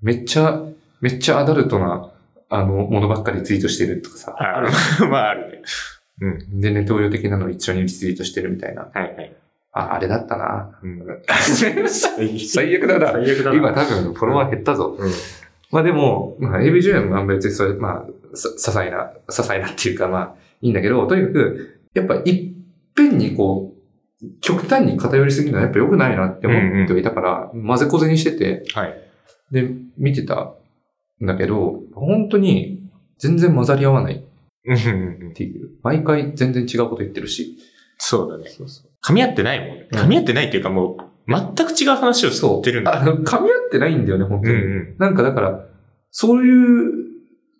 S3: めっちゃ、めっちゃアダルトな、あの、ものばっかりツイートしてるとかさ、
S2: あ のまあ、あるね。うん。
S3: で、ネトウヨ的なの一緒にリツイートしてるみたいな。
S2: はいはい。
S3: あ、あれだった な。
S2: うん
S3: 最悪だな。
S2: 最悪だな。
S3: 今多分フォロワー減ったぞ。
S2: うん。
S3: まあでも、まあ、AB ジュニアも別にそれ、まあ、さ、些細な、些細なっていうか、まあ、いいんだけど、とにかく、やっぱいっぺんにこう、極端に偏りすぎるのはやっぱ良くないなって思ってはいたから、混ぜこぜにしてて、
S2: はい。
S3: で、見てたんだけど、本当に全然混ざり合わないっ
S2: うんうんうん
S3: ていう。毎回全然違うこと言ってるし。
S2: そうだね。
S3: そうそう。
S2: 噛み合ってないもんね。
S3: うん
S2: 噛み合ってないっていうかもう、全く違う話を
S3: そ
S2: し
S3: う。
S2: てるんだ。
S3: あの、噛み合ってないんだよね、本
S2: う
S3: 当
S2: ん
S3: に。
S2: う
S3: なんかだから、そういう、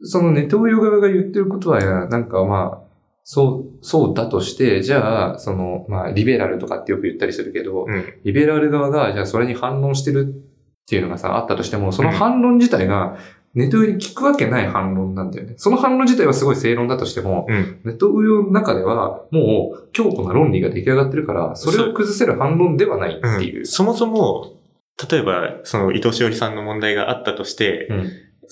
S3: そのネトウヨ側が言ってることは、なんかまあ、そう、そうだとして、じゃあ、その、まあ、リベラルとかってよく言ったりするけど、
S2: ん。うん。
S3: リベラル側が、じゃあそれに反論してるっていうのがさ、あったとしても、その反論自体が、ネトウヨに聞くわけない反論なんだよね。その反論自体はすごい正論だとしても、
S2: うん
S3: ネトウヨの中では、もう、強固な論理が出来上がってるから、それを崩せる反論ではないって
S2: うん
S3: いう。
S2: そもそも、例えば、その伊藤詩織さんの問題があったとして、
S3: うん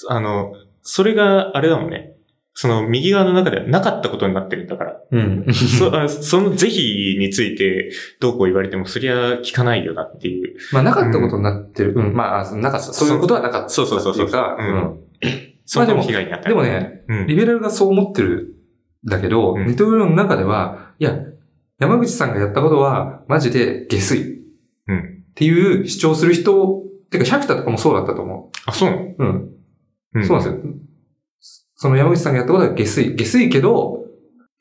S2: あの、それがあれだもんね。その右側の中ではなかったことになってるんだ から。
S3: うん。
S2: そあその是非についてどうこう言われてもそりゃ聞かないよなっていう。
S3: まあ、なかったことになってる。うん、まああ、なかった。そういうことはなかった。
S2: そうそうそうそう
S3: っていか、
S2: うん
S3: うん
S2: その
S3: でも
S2: 被害にあった
S3: で
S2: り
S3: も、ね、
S2: うん
S3: リベラルがそう思ってるんだけど、
S2: うん
S3: ネトウヨの中では、いや、山口さんがやったことは、マジで下水。
S2: うん
S3: っていう主張する人、てか、百田とかもそうだったと思
S2: あ、そうなの、
S3: う。うん。
S2: うん、
S3: そうなんですよ。その山口さんがやったことは下水。下水けど、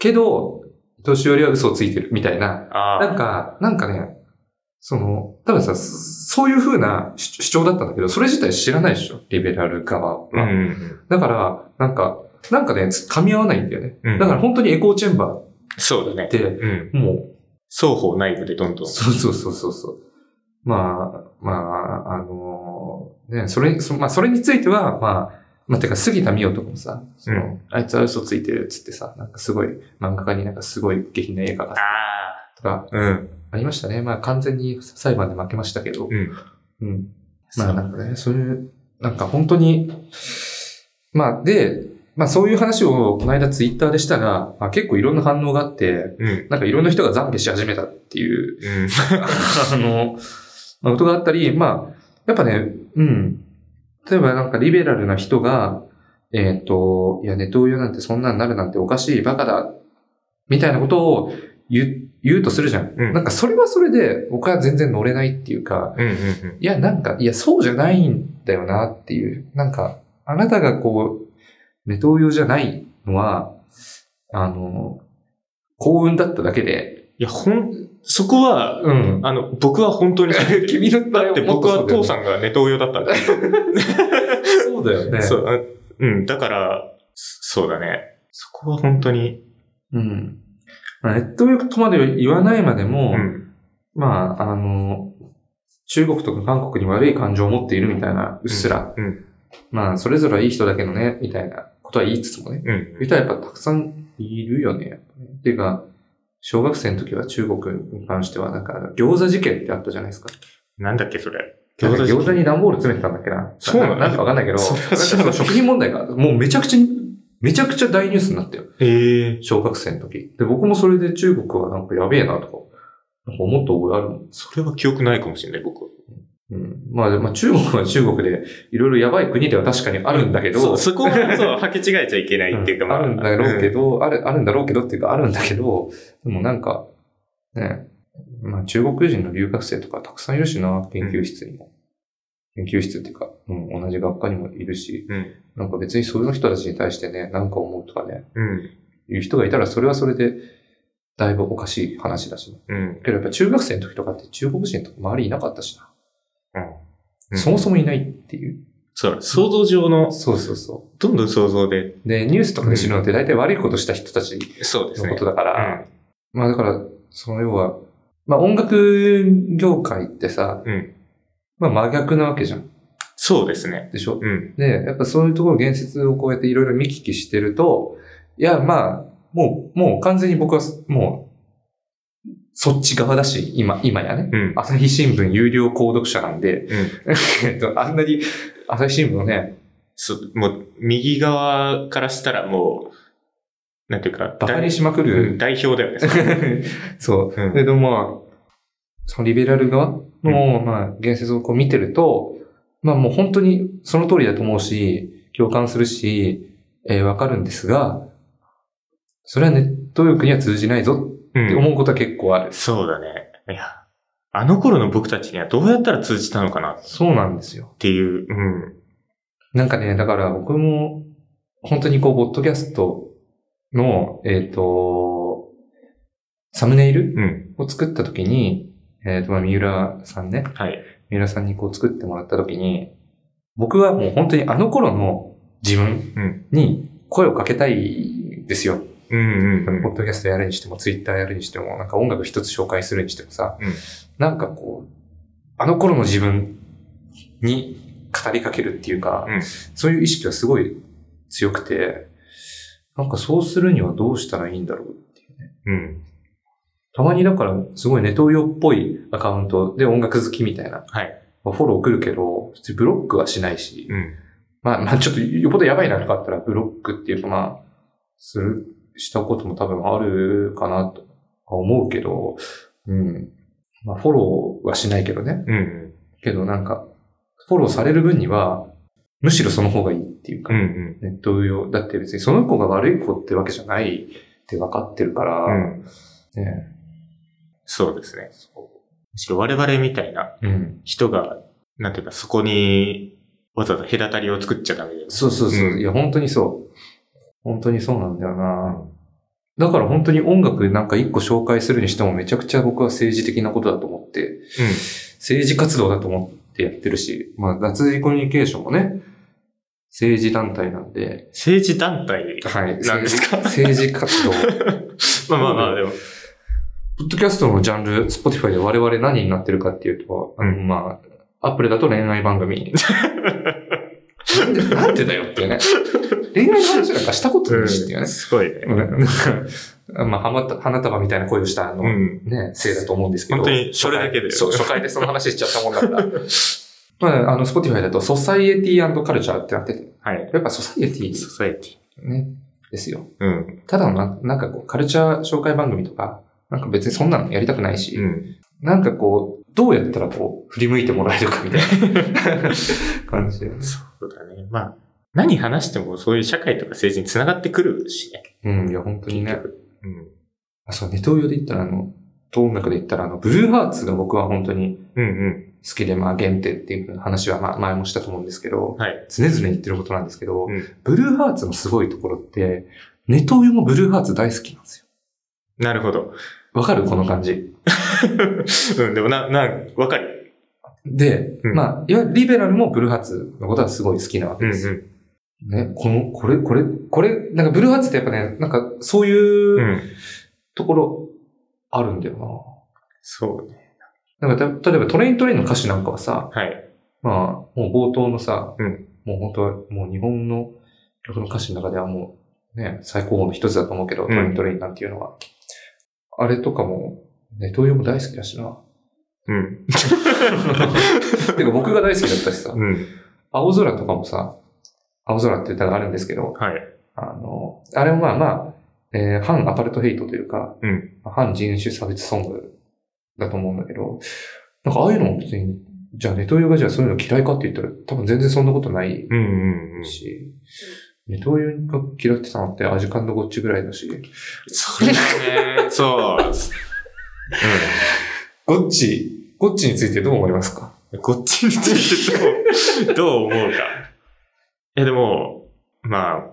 S3: けど、年寄りは嘘をついてる。みたいな。
S2: あ
S3: な
S2: あ。
S3: んか、なんかね、その、多分さ、そそういう風な主主張だったんだけど、それ自体知らないでしょリベラル側は。
S2: うんうん。
S3: だから、なんか、なんかね、つ噛み合わないんだよね。
S2: うん
S3: だから本当にエコーチェンバ
S2: そうだ
S3: ーっ
S2: ね。
S3: て、
S2: うん。
S3: も
S2: 双方内部でどんど
S3: う、
S2: ん。
S3: そうそうそうそうそう。まあ、まあ、あのね、それ、そまあ、それについては、まあ、まあ、てか、杉田美代とかもさ、その
S2: う
S3: あいつは嘘ついてるっつってさ、なんかすごい、漫画家になんかすごい下品な映画が
S2: ああ。
S3: とか、
S2: うん。
S3: ありましたね。まあ、完全に裁判で負けましたけど、
S2: うん。
S3: うん。まあなんかね、そういう、なんか本当に、まあで、まあそういう話をこの間ツイッターでしたら、まあ、結構いろんな反応があって、
S2: うん。
S3: なんかいろんな人が懺悔し始めたって いう、
S2: うん。
S3: あの、まあ、ことがあったり、まあ、やっぱね、うん。例えばなんかリベラルな人が、えっ、と、いや、ネトウヨなんてそんなになるなんておかしい、バカだ、みたいなことを言う、言うとするじゃん。
S2: うん
S3: なんかそれはそれで、僕は全然乗れないっていうか、
S2: うん。うん。
S3: いや、なんか、いや、そうじゃないんだよなっていう。なんか、あなたがこう、ネトウヨじゃないのは、あの、幸運だっただけで、
S2: いや、ほん、そこは、
S3: うん。
S2: あの、僕は本当にそう思 ってる。
S3: 君の場合
S2: だって僕は父さ
S3: ん。
S2: んがネトウヨだったんだよ。
S3: そうだよね。
S2: そう、あうん、だから、そそうだね。そこは本当に、
S3: うん。まあネットウヨとまでは言わないまで
S2: う
S3: も、
S2: ん。
S3: まあ、あの、中国とか韓国に悪い感情を持っているみたいな、うっすら。
S2: うんう
S3: まあ、それぞれはいい人だけどね、みたいなことは言いつつもね。
S2: うん。
S3: いたらやっぱたくさんいるよね。やっぱねっていうか、小学生の時は中国に関しては、なんか餃子事件ってあったじゃないですか。
S2: なんだっけ、それ。
S3: なんか
S2: 事件
S3: 餃子に段ボール詰めてたんだっけな。
S2: そうなの
S3: なんかわかんないけど、なんか
S2: そう
S3: その食品問題が、もうめちゃくちゃ、めちゃくちゃ大ニュースになったよ。
S2: ええ
S3: 小学生の時。で、僕もそれで中国はなんかやべえなとか、なんか思った覚えあるもん。
S2: それは記憶ないかもしれない、僕は。
S3: うん。まあ、でまあ、中国は中国で、いろいろやばい国では確かにあるんだけど、
S2: そう、そこ は、そう、履き違えちゃいけないっていうか、
S3: んあるんだろうけど、ある、あるんだろうけどっていうか、あるんだけど、でもなんか、ね、まあ中国人の留学生とかたくさんいるしな、研究室にも。研究室っていうか、うん、同じ学科にもいるし、
S2: うん
S3: なんか別にそういう人たちに対してね、なんか思うとかね、
S2: うん。
S3: いう人がいたらそれはそれで、だいぶおかしい話だしね。
S2: うん。
S3: けどやっぱ中学生の時とかって中国人とか周りいなかったしな。
S2: うん
S3: そもそもいないっていう。
S2: そう、想像上の、
S3: そうそうそ
S2: どんどん想像で。
S3: う。で、ニュースとかで知るのって大体悪いことした人たち
S2: そうで
S3: のことだから、まあだから、その要は、まあ音楽業界ってさ、
S2: うん
S3: まあ真逆なわけじゃん。
S2: そうですね。
S3: でしょ
S2: うん。
S3: で、やっぱそういうところ言説をこうやっていろいろ見聞きしてると、いや、まあ、もう、もう完全に僕は、もう、そっち側だし、今、今やね。
S2: うん。
S3: 朝日新聞有料購読者なんで、
S2: うん。
S3: えっと、あんなに、朝日新聞のね、
S2: そう、もう、右側からしたらもう、なんていうか、
S3: バカにしまく
S2: 代うん
S3: る。
S2: 代表だよね。
S3: そう。
S2: うん
S3: で、でもまあ、そのリベラル側の、まあ、言説をこう見てると、まあもう本当にその通りだと思うし、共感するし、えーわかるんですが、それはネット力には通じないぞ
S2: うん
S3: って思うことは結構ある。
S2: そうだね。いや、あの頃の僕たちにはどうやったら通じたのかなっ
S3: そうなんですよ。
S2: ていう、うん。
S3: なんかね、だから僕も、本当にこう、ボッドキャストの、えっ、と、サムネイル
S2: うん。
S3: を作った時に、えっ、と、まあ、三浦さんね、
S2: はい。
S3: 三浦さんにこう作ってもらった時に、僕はもう本当にあの頃の自分に声をかけたいんですよ。
S2: うんうん
S3: ポ
S2: うん。
S3: ッドキャストやるにしても、ツイッターやるにしても、なんか音楽一つ紹介するにしてもさ、
S2: うん
S3: なんかこう、あの頃の自分に語りかけるっていうか、
S2: うん
S3: そういう意識はすごい強くて、なんかそうするにはどうしたらいいんだろうっていうね。
S2: うん。
S3: たまにだから、すごいネトウヨっぽいアカウントで音楽好きみたいな。
S2: はい
S3: まあフォロー来るけど、普通にブロックはしないし、
S2: うん。
S3: まあ、まあ、ちょっと、よほどやばいなとかあったら、ブロックっていうか、まあ、する、したことも多分あるかなとは思うけど、うん。まあ、フォローはしないけどね。
S2: うん。
S3: けどなんか、フォローされる分には、むしろその方がいいっていうか、
S2: うんうん。
S3: ネット用、だって別にその子が悪い子ってわけじゃないって分かってるから、
S2: うん。
S3: ね。
S2: そうですね。
S3: そ
S2: むしろ我々みたいな
S3: う。うん。
S2: 人が、なんていうか、そこに、わざわざ隔たりを作っちゃダメだよね。
S3: そうそうそう。
S2: うん
S3: いや、本当にそう。本当にそうなんだよな。だから本当に音楽なんか一個紹介するにしてもめちゃくちゃ僕は政治的なことだと思って、政治活動だと思ってやってるし、まあ脱税コミュニケーションもね、政治団体なんで、
S2: 政治団 体。
S3: はい。
S2: なんですか
S3: 政治政治活動。
S2: まあまあまあ、でも。
S3: ポッドキャストのジャンル、Spotify で我々何になってるかっていうと、あの
S2: うん
S3: まあ、アップルだと恋愛番組。 なんで、なんでだよっていうね。恋愛の話なんかしたことないしっていう
S2: う
S3: ね
S2: ん。すごいね。
S3: なんか、まあ、花束花束みたいな恋をしたあの、
S2: うん。
S3: ね、せいだと思うんですけど。
S2: 本当にそれだけで
S3: 初回そう、初回でその話しちゃったもんだから。まあ、あの、Spotify だと、ソサイエティカルチャーってなってて、
S2: はい。
S3: やっぱソサイエティ
S2: ソサエティ。
S3: ね、ですよ。
S2: うん。
S3: ただのな、なんかこう、カルチャー紹介番組とか、なんか別にそんなのやりたくないし、
S2: うん。
S3: なんかこう、どうやったらこう、振り向いてもらえるかみたいな感じで。
S2: そうだね。まあ、何話してもそういう社会とか政治に繋がってくるしね。
S3: うん、いや、本当にね。
S2: うん。
S3: あ、そう、ネトウヨで言ったら、あの、と音楽で言ったら、あの、ブルーハーツが僕は本当に
S2: うん
S3: 好きで、まあ、原点っていう話は、まあ、前もしたと思うんですけど、
S2: うん。はい。
S3: 常々言ってることなんですけど、
S2: うん
S3: ブルーハーツのすごいところって、ネトウヨもブルーハーツ大好きなんですよ。
S2: なるほど。
S3: わかるこの感じ。
S2: うん、でもな、な、わかる。
S3: で、
S2: うん
S3: まあ、いわゆるリベラルもブルーハーツのことはすごい好きなわけ
S2: うんう
S3: ですよ。
S2: ん。
S3: ね、この、これ、これ、これ、なんかブルーハーツってやっぱね、なんかそ
S2: う。
S3: ういうんところあるんだよ
S2: そうね。
S3: な。なんかた、例えばトレイントレインの歌詞なんかはさ、
S2: はい。
S3: まあ、もう冒頭のさ、
S2: うん
S3: もう本当は、もう日本の曲の歌詞の中ではもう、ね、最高峰の一つだと思うけ
S2: ん
S3: ど、トレイントレインなんていうのは。あれとかも、ね、東洋も大好きだしな。
S2: うん。
S3: てか僕があの、あれもまあまあ、えー反アパルトヘイトというか、
S2: うん
S3: 反人種差別ソングだと思うんだけど、なんかああいうのも別に、じゃあネトウヨがじゃあそういうの嫌いかって言ったら多分全然そんなことない
S2: うんうんうん。
S3: し、ネトウヨが嫌ってたのってアジカンドゴッチぐらいだし、
S2: それね。 そう。
S3: ゴッチ、ゴッチについてどう思いますか
S2: うん。こっちについてどう、 どう思うか。いやでも、まあ、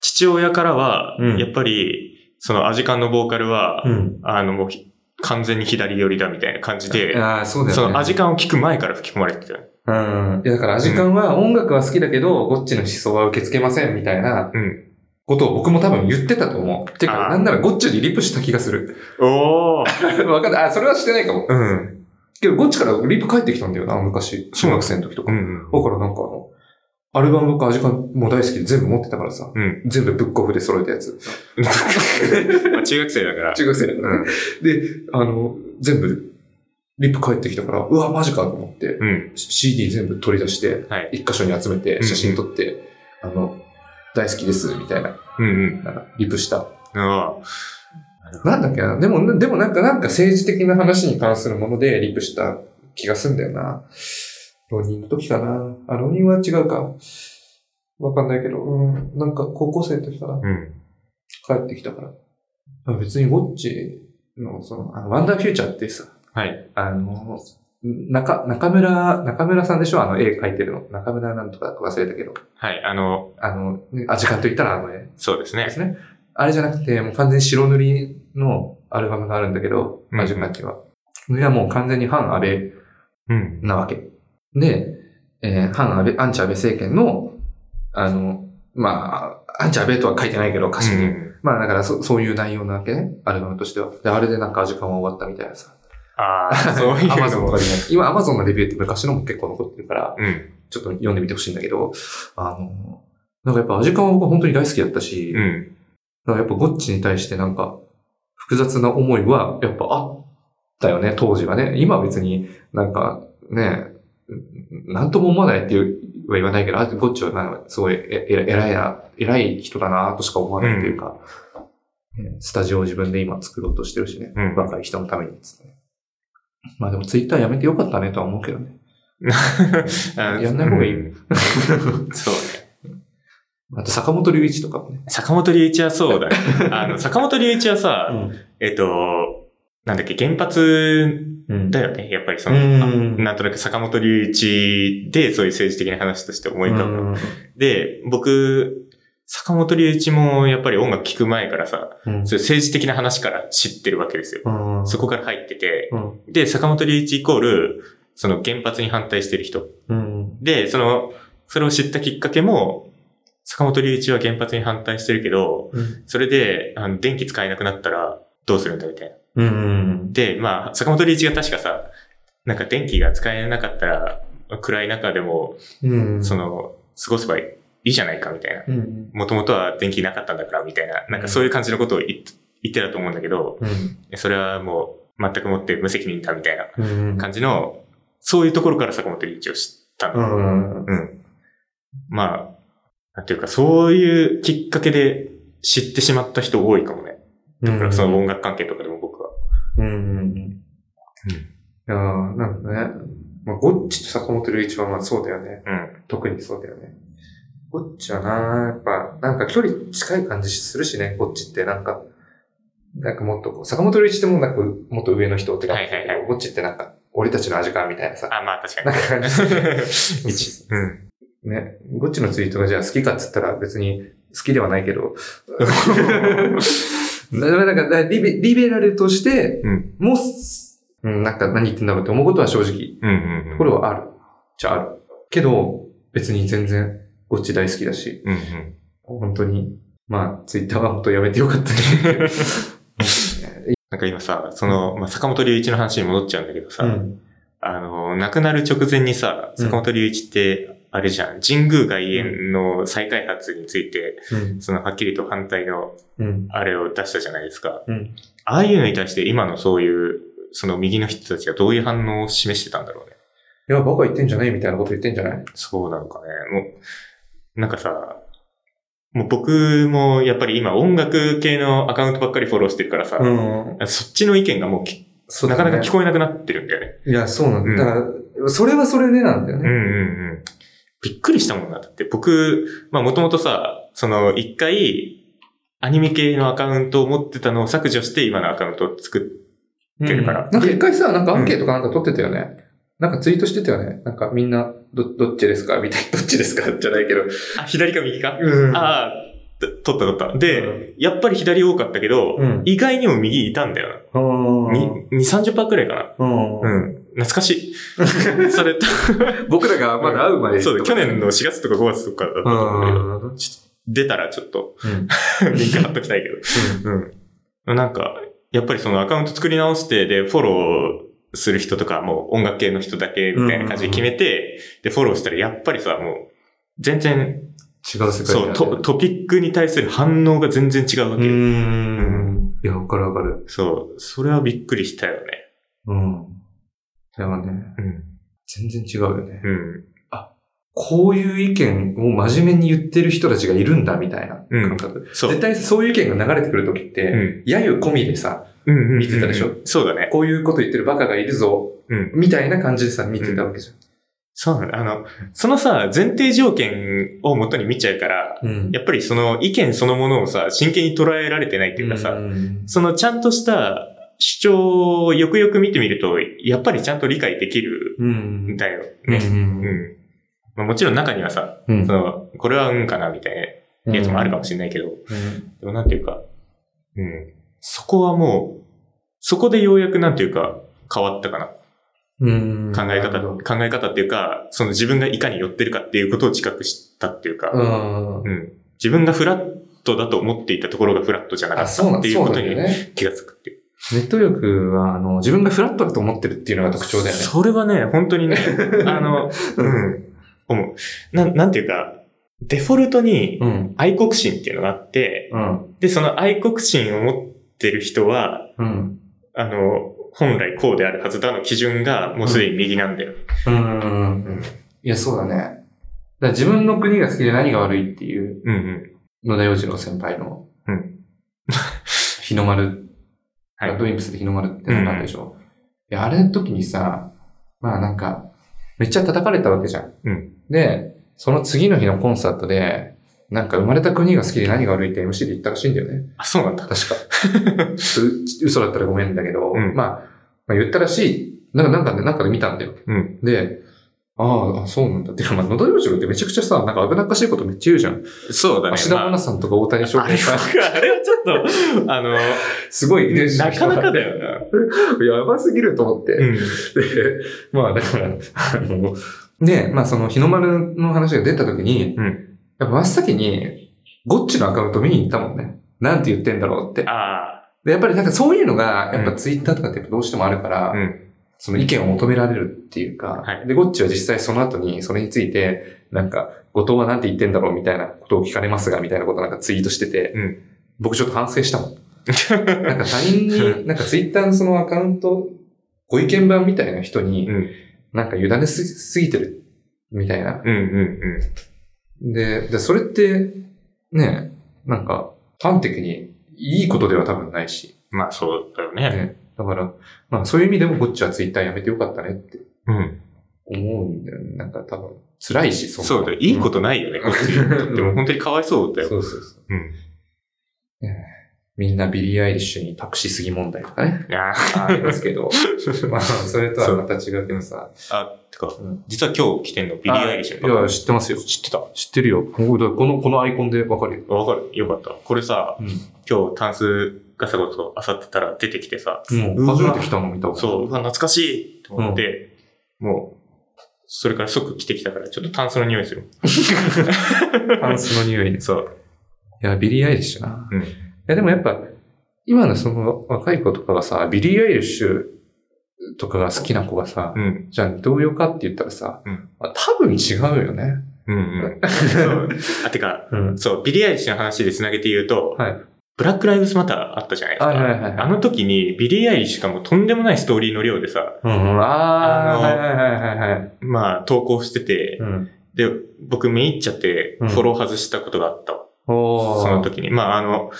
S2: 父親からは
S3: う、ん
S2: やっぱり、そのアジカンのボーカルは、
S3: ん。
S2: あのもうひ完全に左寄りだみたいな感じで、
S3: ああ、そうだよね。
S2: そのアジカンを聞く前から吹き込まれてたよ。
S3: うん。いや、だからアジカンは音楽は好きだけど、ゴッチの思想は受け付けませんみたいな
S2: うん。
S3: ことを僕も多分言ってたと思う。てか、
S2: あー
S3: なんならゴッチにリプした気がする。
S2: おー。
S3: わかんない。あ、それはしてないかも。
S2: うん。
S3: けど、ゴッチからリプ返ってきたんだよな、昔。中学生の時と
S2: う
S3: か。
S2: ん。
S3: だからなんかあの、アルバム僕アジカンもう大好きで全部持ってたからさ。
S2: うん。
S3: 全部ブックオフで揃えたやつ。
S2: まあ中学生だから。
S3: 中学生だから、ねで、あの、全部、リップ返ってきたから、うわ、マジかと思って、
S2: うん。
S3: CD 全部取り出して、
S2: はい。
S3: 一箇所に集めて、写真撮って、あの、大好きです、みたいな、
S2: うんうん。
S3: なんか、リプした。
S2: あ
S3: なんだっけな、でも、でもなんか、なんか政治的な話に関するもので、リプした気がすんだよな。浪人の時かな。あ、浪人は違うか。わかんないけど、うん、なんか、高校生の時かな。
S2: ーうん。
S3: 帰ってきたから。あ別にゴッチの、その、あのワンダーフューチャーってさ、
S2: はい。
S3: あの、中、中村、中村さんでしょあの絵描いてるの。中村なんとか忘れたけど。
S2: はい。あの、
S3: あの、ねアジカンと言ったらあの絵
S2: そうです
S3: で
S2: ね。
S3: すね。あれじゃなくて、もう完全に白塗りのアルバムがあるんだけど、
S2: うん
S3: アジカンっては。それはもう完全に反安倍
S2: うん。
S3: なわけ。で、えー反安倍、アンチ安倍政権の、あの、まあ、アンチ安倍とは書いてないけど、歌詞に。
S2: うん
S3: まあだからそ、そういう内容なわけね。アルバムとしては。で、あれでなんか時間は終わったみたいなさ。
S2: ああ、 そういう
S3: Amazon
S2: の
S3: と
S2: も
S3: か。にも今、アマゾンのレビューって昔のも結構残ってるから、
S2: うん。
S3: ちょっと読んでみてほしいんだけど、あの、なんかやっぱアジカンは僕は本当に大好きだったし、
S2: う
S3: だ
S2: ん。
S3: からやっぱゴッチに対してなんか、複雑な思いは、やっぱあったよね、当時はね。今は別になんか、ね、うんなんとも思わないっていう、は言わないけど、あゴッチはなんかすごいえええらいな、偉い人だなとしか思わないというか、ねスタジオを自分で今作ろうとしてるしね。
S2: うん
S3: 若い人のためにっつってね。まあでもツイッターやめてよかったねとは思うけどね。
S2: あ
S3: やんない方がいい
S2: うんそうね。
S3: あと坂本龍一とかもね。
S2: 坂本龍一はそうだね。あの、坂本龍一はさ、えっと、なんだっけ、原発
S3: うん
S2: だよね。やっぱりそ
S3: うん
S2: の、あなんとなく坂本龍一でそういう政治的な話として思い浮かぶの。で、僕、坂本龍一もやっぱり音楽聴く前からさ、
S3: うん
S2: そういう政治的な話から知ってるわけですよ。
S3: うん
S2: そこから入ってて、
S3: うん
S2: で、坂本龍一イコール、その原発に反対してる人。
S3: うん
S2: で、その、それを知ったきっかけも、坂本龍一は原発に反対してるけど、
S3: うん
S2: それで、あの電気使えなくなったらどうするんだみたいな。
S3: うん
S2: で、まあ、坂本龍一が確かさ、なんか電気が使えなかったら、暗い中でも、
S3: うん
S2: その、過ごせばいいじゃないかみたいな。
S3: うん
S2: もともとは電気なかったんだからみたいな、なんかそういう感じのことを言っ言ってたと思うんだけど、
S3: うん
S2: それはもう全くもって無責任だみたいな
S3: うん
S2: 感じの、そういうところから坂本龍一を知った
S3: う
S2: の。
S3: ん
S2: うん。まあ、なんていうか、そういうきっかけで知ってしまった人多いかもね。
S3: だ
S2: だからその音楽関係とかでも僕は。
S3: うんうんうん。いやーなんかね、まあ、ゴッチと坂本龍一はまあそうだよね。
S2: うん。
S3: 特にそうだよね。ゴッチはな、やっぱ、なんか距離近い感じするしね、ゴッチってなんか、なんかもっとこう、坂本龍一ってもうなんか、もっと上の人って感じだけど、
S2: はいはいは
S3: ゴッチってなんか、俺たちの味かみたいなさ、
S2: あ、まあ確か
S3: なん
S2: に。
S3: か感じする そうそう
S2: うん。
S3: ね、ゴッチのツイートがじゃあ好きかっつったら別に好きではないけ ど。だからなんかだからリベリベラルとして、
S2: うん
S3: もうす、うんなんか何言ってんだろうって思うことは正直、
S2: うんうんうん。
S3: これはある。じゃあある。けど、別に全然ゴッチ大好きだし、
S2: うんうん。
S3: 本当に、まあ、ツイッターは本当やめてよかったね。
S2: なんか今さ、その、まあ、坂本龍一の話に戻っちゃうんだけどさ、
S3: うん
S2: あの、亡くなる直前にさ、
S3: うん
S2: 坂本龍一って、あれじゃん、神宮外苑の再開発について、
S3: うん
S2: そのはっきりと反対の
S3: うん
S2: あれを出したじゃないですか。
S3: うん
S2: ああいうのに対して今のそういう、その右の人たちがどういう反応を示してたんだろうね。
S3: いや、バカ言ってんじゃないみたいなこと言ってんじゃない
S2: そうなのかね。もう、なんかさ、もう僕もやっぱり今音楽系のアカウントばっかりフォローしてるからさ、
S3: うん。
S2: そっちの意見がもうき
S3: そう
S2: な
S3: だ
S2: か
S3: ね
S2: なか聞こえなくなってるんだよね。
S3: いや、そうなん
S2: うん
S3: だ。だから、それはそれでなんだよ
S2: うんう
S3: ね。
S2: んうん。びっくりしたもんな。だって僕、まあもともとさ、その一回、アニメ系のアカウントを持ってたのを削除して今のアカウントを作っ
S3: うん
S2: 出るから
S3: なんか一回さ、なんかアンケートかなんか取ってたよね。なんかツイートしてたよね。なんかみんな、ど、どっちですかみたいな、 どっちですかじゃないけど。
S2: あ、左か右か、
S3: うん
S2: ああ、と取った取った。で、
S3: う
S2: やっぱり左多かったけど、
S3: うん
S2: 意外にも右いたんだよな。に
S3: う
S2: 2、30%くらいかな。
S3: ん
S2: う。ん。懐か しい。それと、
S3: 僕らがまだ会う前に
S2: そう、去年の4月とか5月とかだったと思うんだけど、
S3: うん、
S2: ちょっと出たらちょっと
S3: うん
S2: リンク貼っときたいけど。うん。なんか、やっぱりそのアカウント作り直して、で、フォローする人とか、もう音楽系の人だけみたいな感じで決めて、で、フォローしたら、やっぱりさ、もう、全然、
S3: 違う世界だ
S2: そう
S3: ね
S2: ト、トピックに対する反応が全然違うわ
S3: う
S2: け。
S3: ん。いや、わかるわかる。
S2: そう、それはびっくりしたよね。
S3: うん。それはね、
S2: うん。
S3: 全然違うよね。
S2: うん。
S3: こういう意見を真面目に言ってる人たちがいるんだ、みたいな感覚。
S2: そう。
S3: 絶対そういう意見が流れてくるときっ
S2: う
S3: て、
S2: ん。
S3: 揶揄込みでさ、
S2: うんうんうん。
S3: 見てたでしょ
S2: そうだね。
S3: こういうこと言ってるバカがいるぞ、
S2: うん。
S3: みたいな感じでさ、見てたわけじ
S2: そうなんだ。あの、そのさ、前提条件を元に見ちゃうから、
S3: ゃん。うん
S2: やっぱりその意見そのものをさ、真剣に捉えられてないっていうかさ、
S3: うん
S2: そのちゃんとした主張をよくよく見てみると、やっぱりちゃんと理解できる
S3: うん
S2: んだよ
S3: う
S2: ね。うん。
S3: ん。
S2: まあ、もちろん中にはさ、
S3: うん
S2: その、これはうんかなみたいなやつもあるかもしれないけど、
S3: うん
S2: でもなんていうか、うん。そこはもう、そこでようやくなんていうか、変わったかな。
S3: うん。
S2: 考え方、
S3: う
S2: 考え方っていうか、その自分がいかに寄ってるかっていうことを自覚したっていうか、
S3: ん。
S2: うん自分がフラットだと思っていたところがフラットじゃなか
S3: あ、
S2: っ
S3: そうな
S2: たっ
S3: ん
S2: てい
S3: だ、
S2: う
S3: そ
S2: こ
S3: うなん
S2: と
S3: だよ
S2: に
S3: ね。
S2: 気がつくっていう。
S3: ネット力は、あの、自分がフラットだと思ってるっていうのが特徴だよね。
S2: それはね、本当にね、あの、うん、思う。なん、なんていうか、デフォルトに
S3: うん。
S2: 愛国心っていうのがあって、
S3: うん。
S2: で、その愛国心を持ってる人は、
S3: うん。
S2: あの、本来こうであるはずだの基準がもうすでに右なんだよ。
S3: うんうん。うんいや、そうだね。だから自分の国が好きで何が悪いっていう、
S2: うんうん。
S3: 野田洋次郎先輩の、
S2: うん。
S3: 日の丸、
S2: はい。
S3: ドインプスで日の丸ってのがあったでしょ。いや、あれの時にさ、まあなんか、めっちゃ叩かれたわけじゃん。
S2: うん
S3: で、その次の日のコンサートで、なんか生まれた国が好きで何が悪いって MC で言ったらしいんだよね。
S2: あ、そうなんだ。
S3: 確か。ちょっと嘘だったらごめんだけど、
S2: うん
S3: まあ、まあ、言ったらしい。なんか、なんかで、なんかで見たんだよ。
S2: うん
S3: で、ああ、そうなんだ。てか、まあ、のどよじろってめちゃくちゃさ、なんか危なっかしいことめっちゃ言うじゃん。
S2: そうだね。
S3: 芦田
S2: まあ
S3: 愛菜さんとか大谷翔
S2: あれ
S3: 平さん。
S2: は、あれはちょっと、あの、
S3: すごい、
S2: なかなかだよな。
S3: よ。やばすぎると思って。
S2: うん。
S3: で、まあ、だから、あの、ね、まあ、その、日の丸の話が出た時に、
S2: うん
S3: やっぱ真っ先に、ゴッチのアカウント見に行ったもんね。なんて言ってんだろうって。
S2: あ
S3: で、やっぱりなんかそういうのが、やっぱ
S2: うん
S3: ツイッターとかってやっぱどうしてもあるから、
S2: あ。うん。
S3: その意見を求められるっていうか、
S2: はい
S3: で、ゴッチは実際その後にそれについて、なんか、後藤はなんて言ってんだろうみたいなことを聞かれますが、みたいなことなんかツイートしてて、
S2: うん
S3: 僕ちょっと反省 したもん。なんか他人に、なんかツイッターのそのアカウント、ご意見番みたいな人に
S2: う、ん。
S3: なんか委ねすすぎてる、みたいな。
S2: うんうん
S3: で、で、それって、ね、なんか、端的にいいことでは多分ないし、
S2: うん。まあそうだよね。
S3: ね。だから、まあそういう意味でもゴッチはツイッターやめてよかったねって
S2: うん。
S3: 思うんだよね。なんか多分、辛いし、そ
S2: そうだよ。いいことないよね、こっちにとっても。本当にかわいそうだ
S3: だよ。
S2: よ。
S3: そうそうそう。
S2: うん。
S3: みんなビリー・アイリッシュに託しすぎ問題とかね。
S2: あ
S3: あります けど。まあ、それとはまた違うけどさ。
S2: あ。あ、てか
S3: うん、
S2: 実は今日来てんのビリー・アイリッシュ
S3: あい
S2: の
S3: や、知ってますよ。
S2: 知ってた。あ
S3: 知ってるよ。この、このこのアイコンでわかるよ。
S2: わかる。よかった。これさ
S3: うん、
S2: 今日タンスガサゴとあさってたら出てきてさ、
S3: もう、初めて来たの見たわ。
S2: そう、うわ、懐かしいと思って、もう、それから即来てきたから、ちょっとタンスの匂いする。
S3: パンスの匂いね。
S2: そう。
S3: いや、ビリー・アイリッシュな。
S2: うん
S3: いや、でもやっぱ、今のその若い子とかがさ、ビリー・アイリッシュとかが好きな子がさ、
S2: うん。
S3: じゃあどうようかって言ったらさ、
S2: うん
S3: まあ、多分違うよね。
S2: うんうん。そう。あ、てか、
S3: うん。
S2: そう、ビリー・アイリッシュの話で繋げて言うと、
S3: はい。
S2: ブラック・ライブズ・マターあったじゃないですか。
S3: はいはいはいはい
S2: あの時に、ビリー・アイリッシュがもうとんでもないストーリーの量でさ、
S3: うんうん。ああ、
S2: あの
S3: はいはいはいはいはい。
S2: まあ、投稿してて、
S3: うん。
S2: で、僕見入っちゃって、
S3: う
S2: フ
S3: ん
S2: ォロー外したことがあったわ。
S3: おー
S2: その時に。まあ、あの、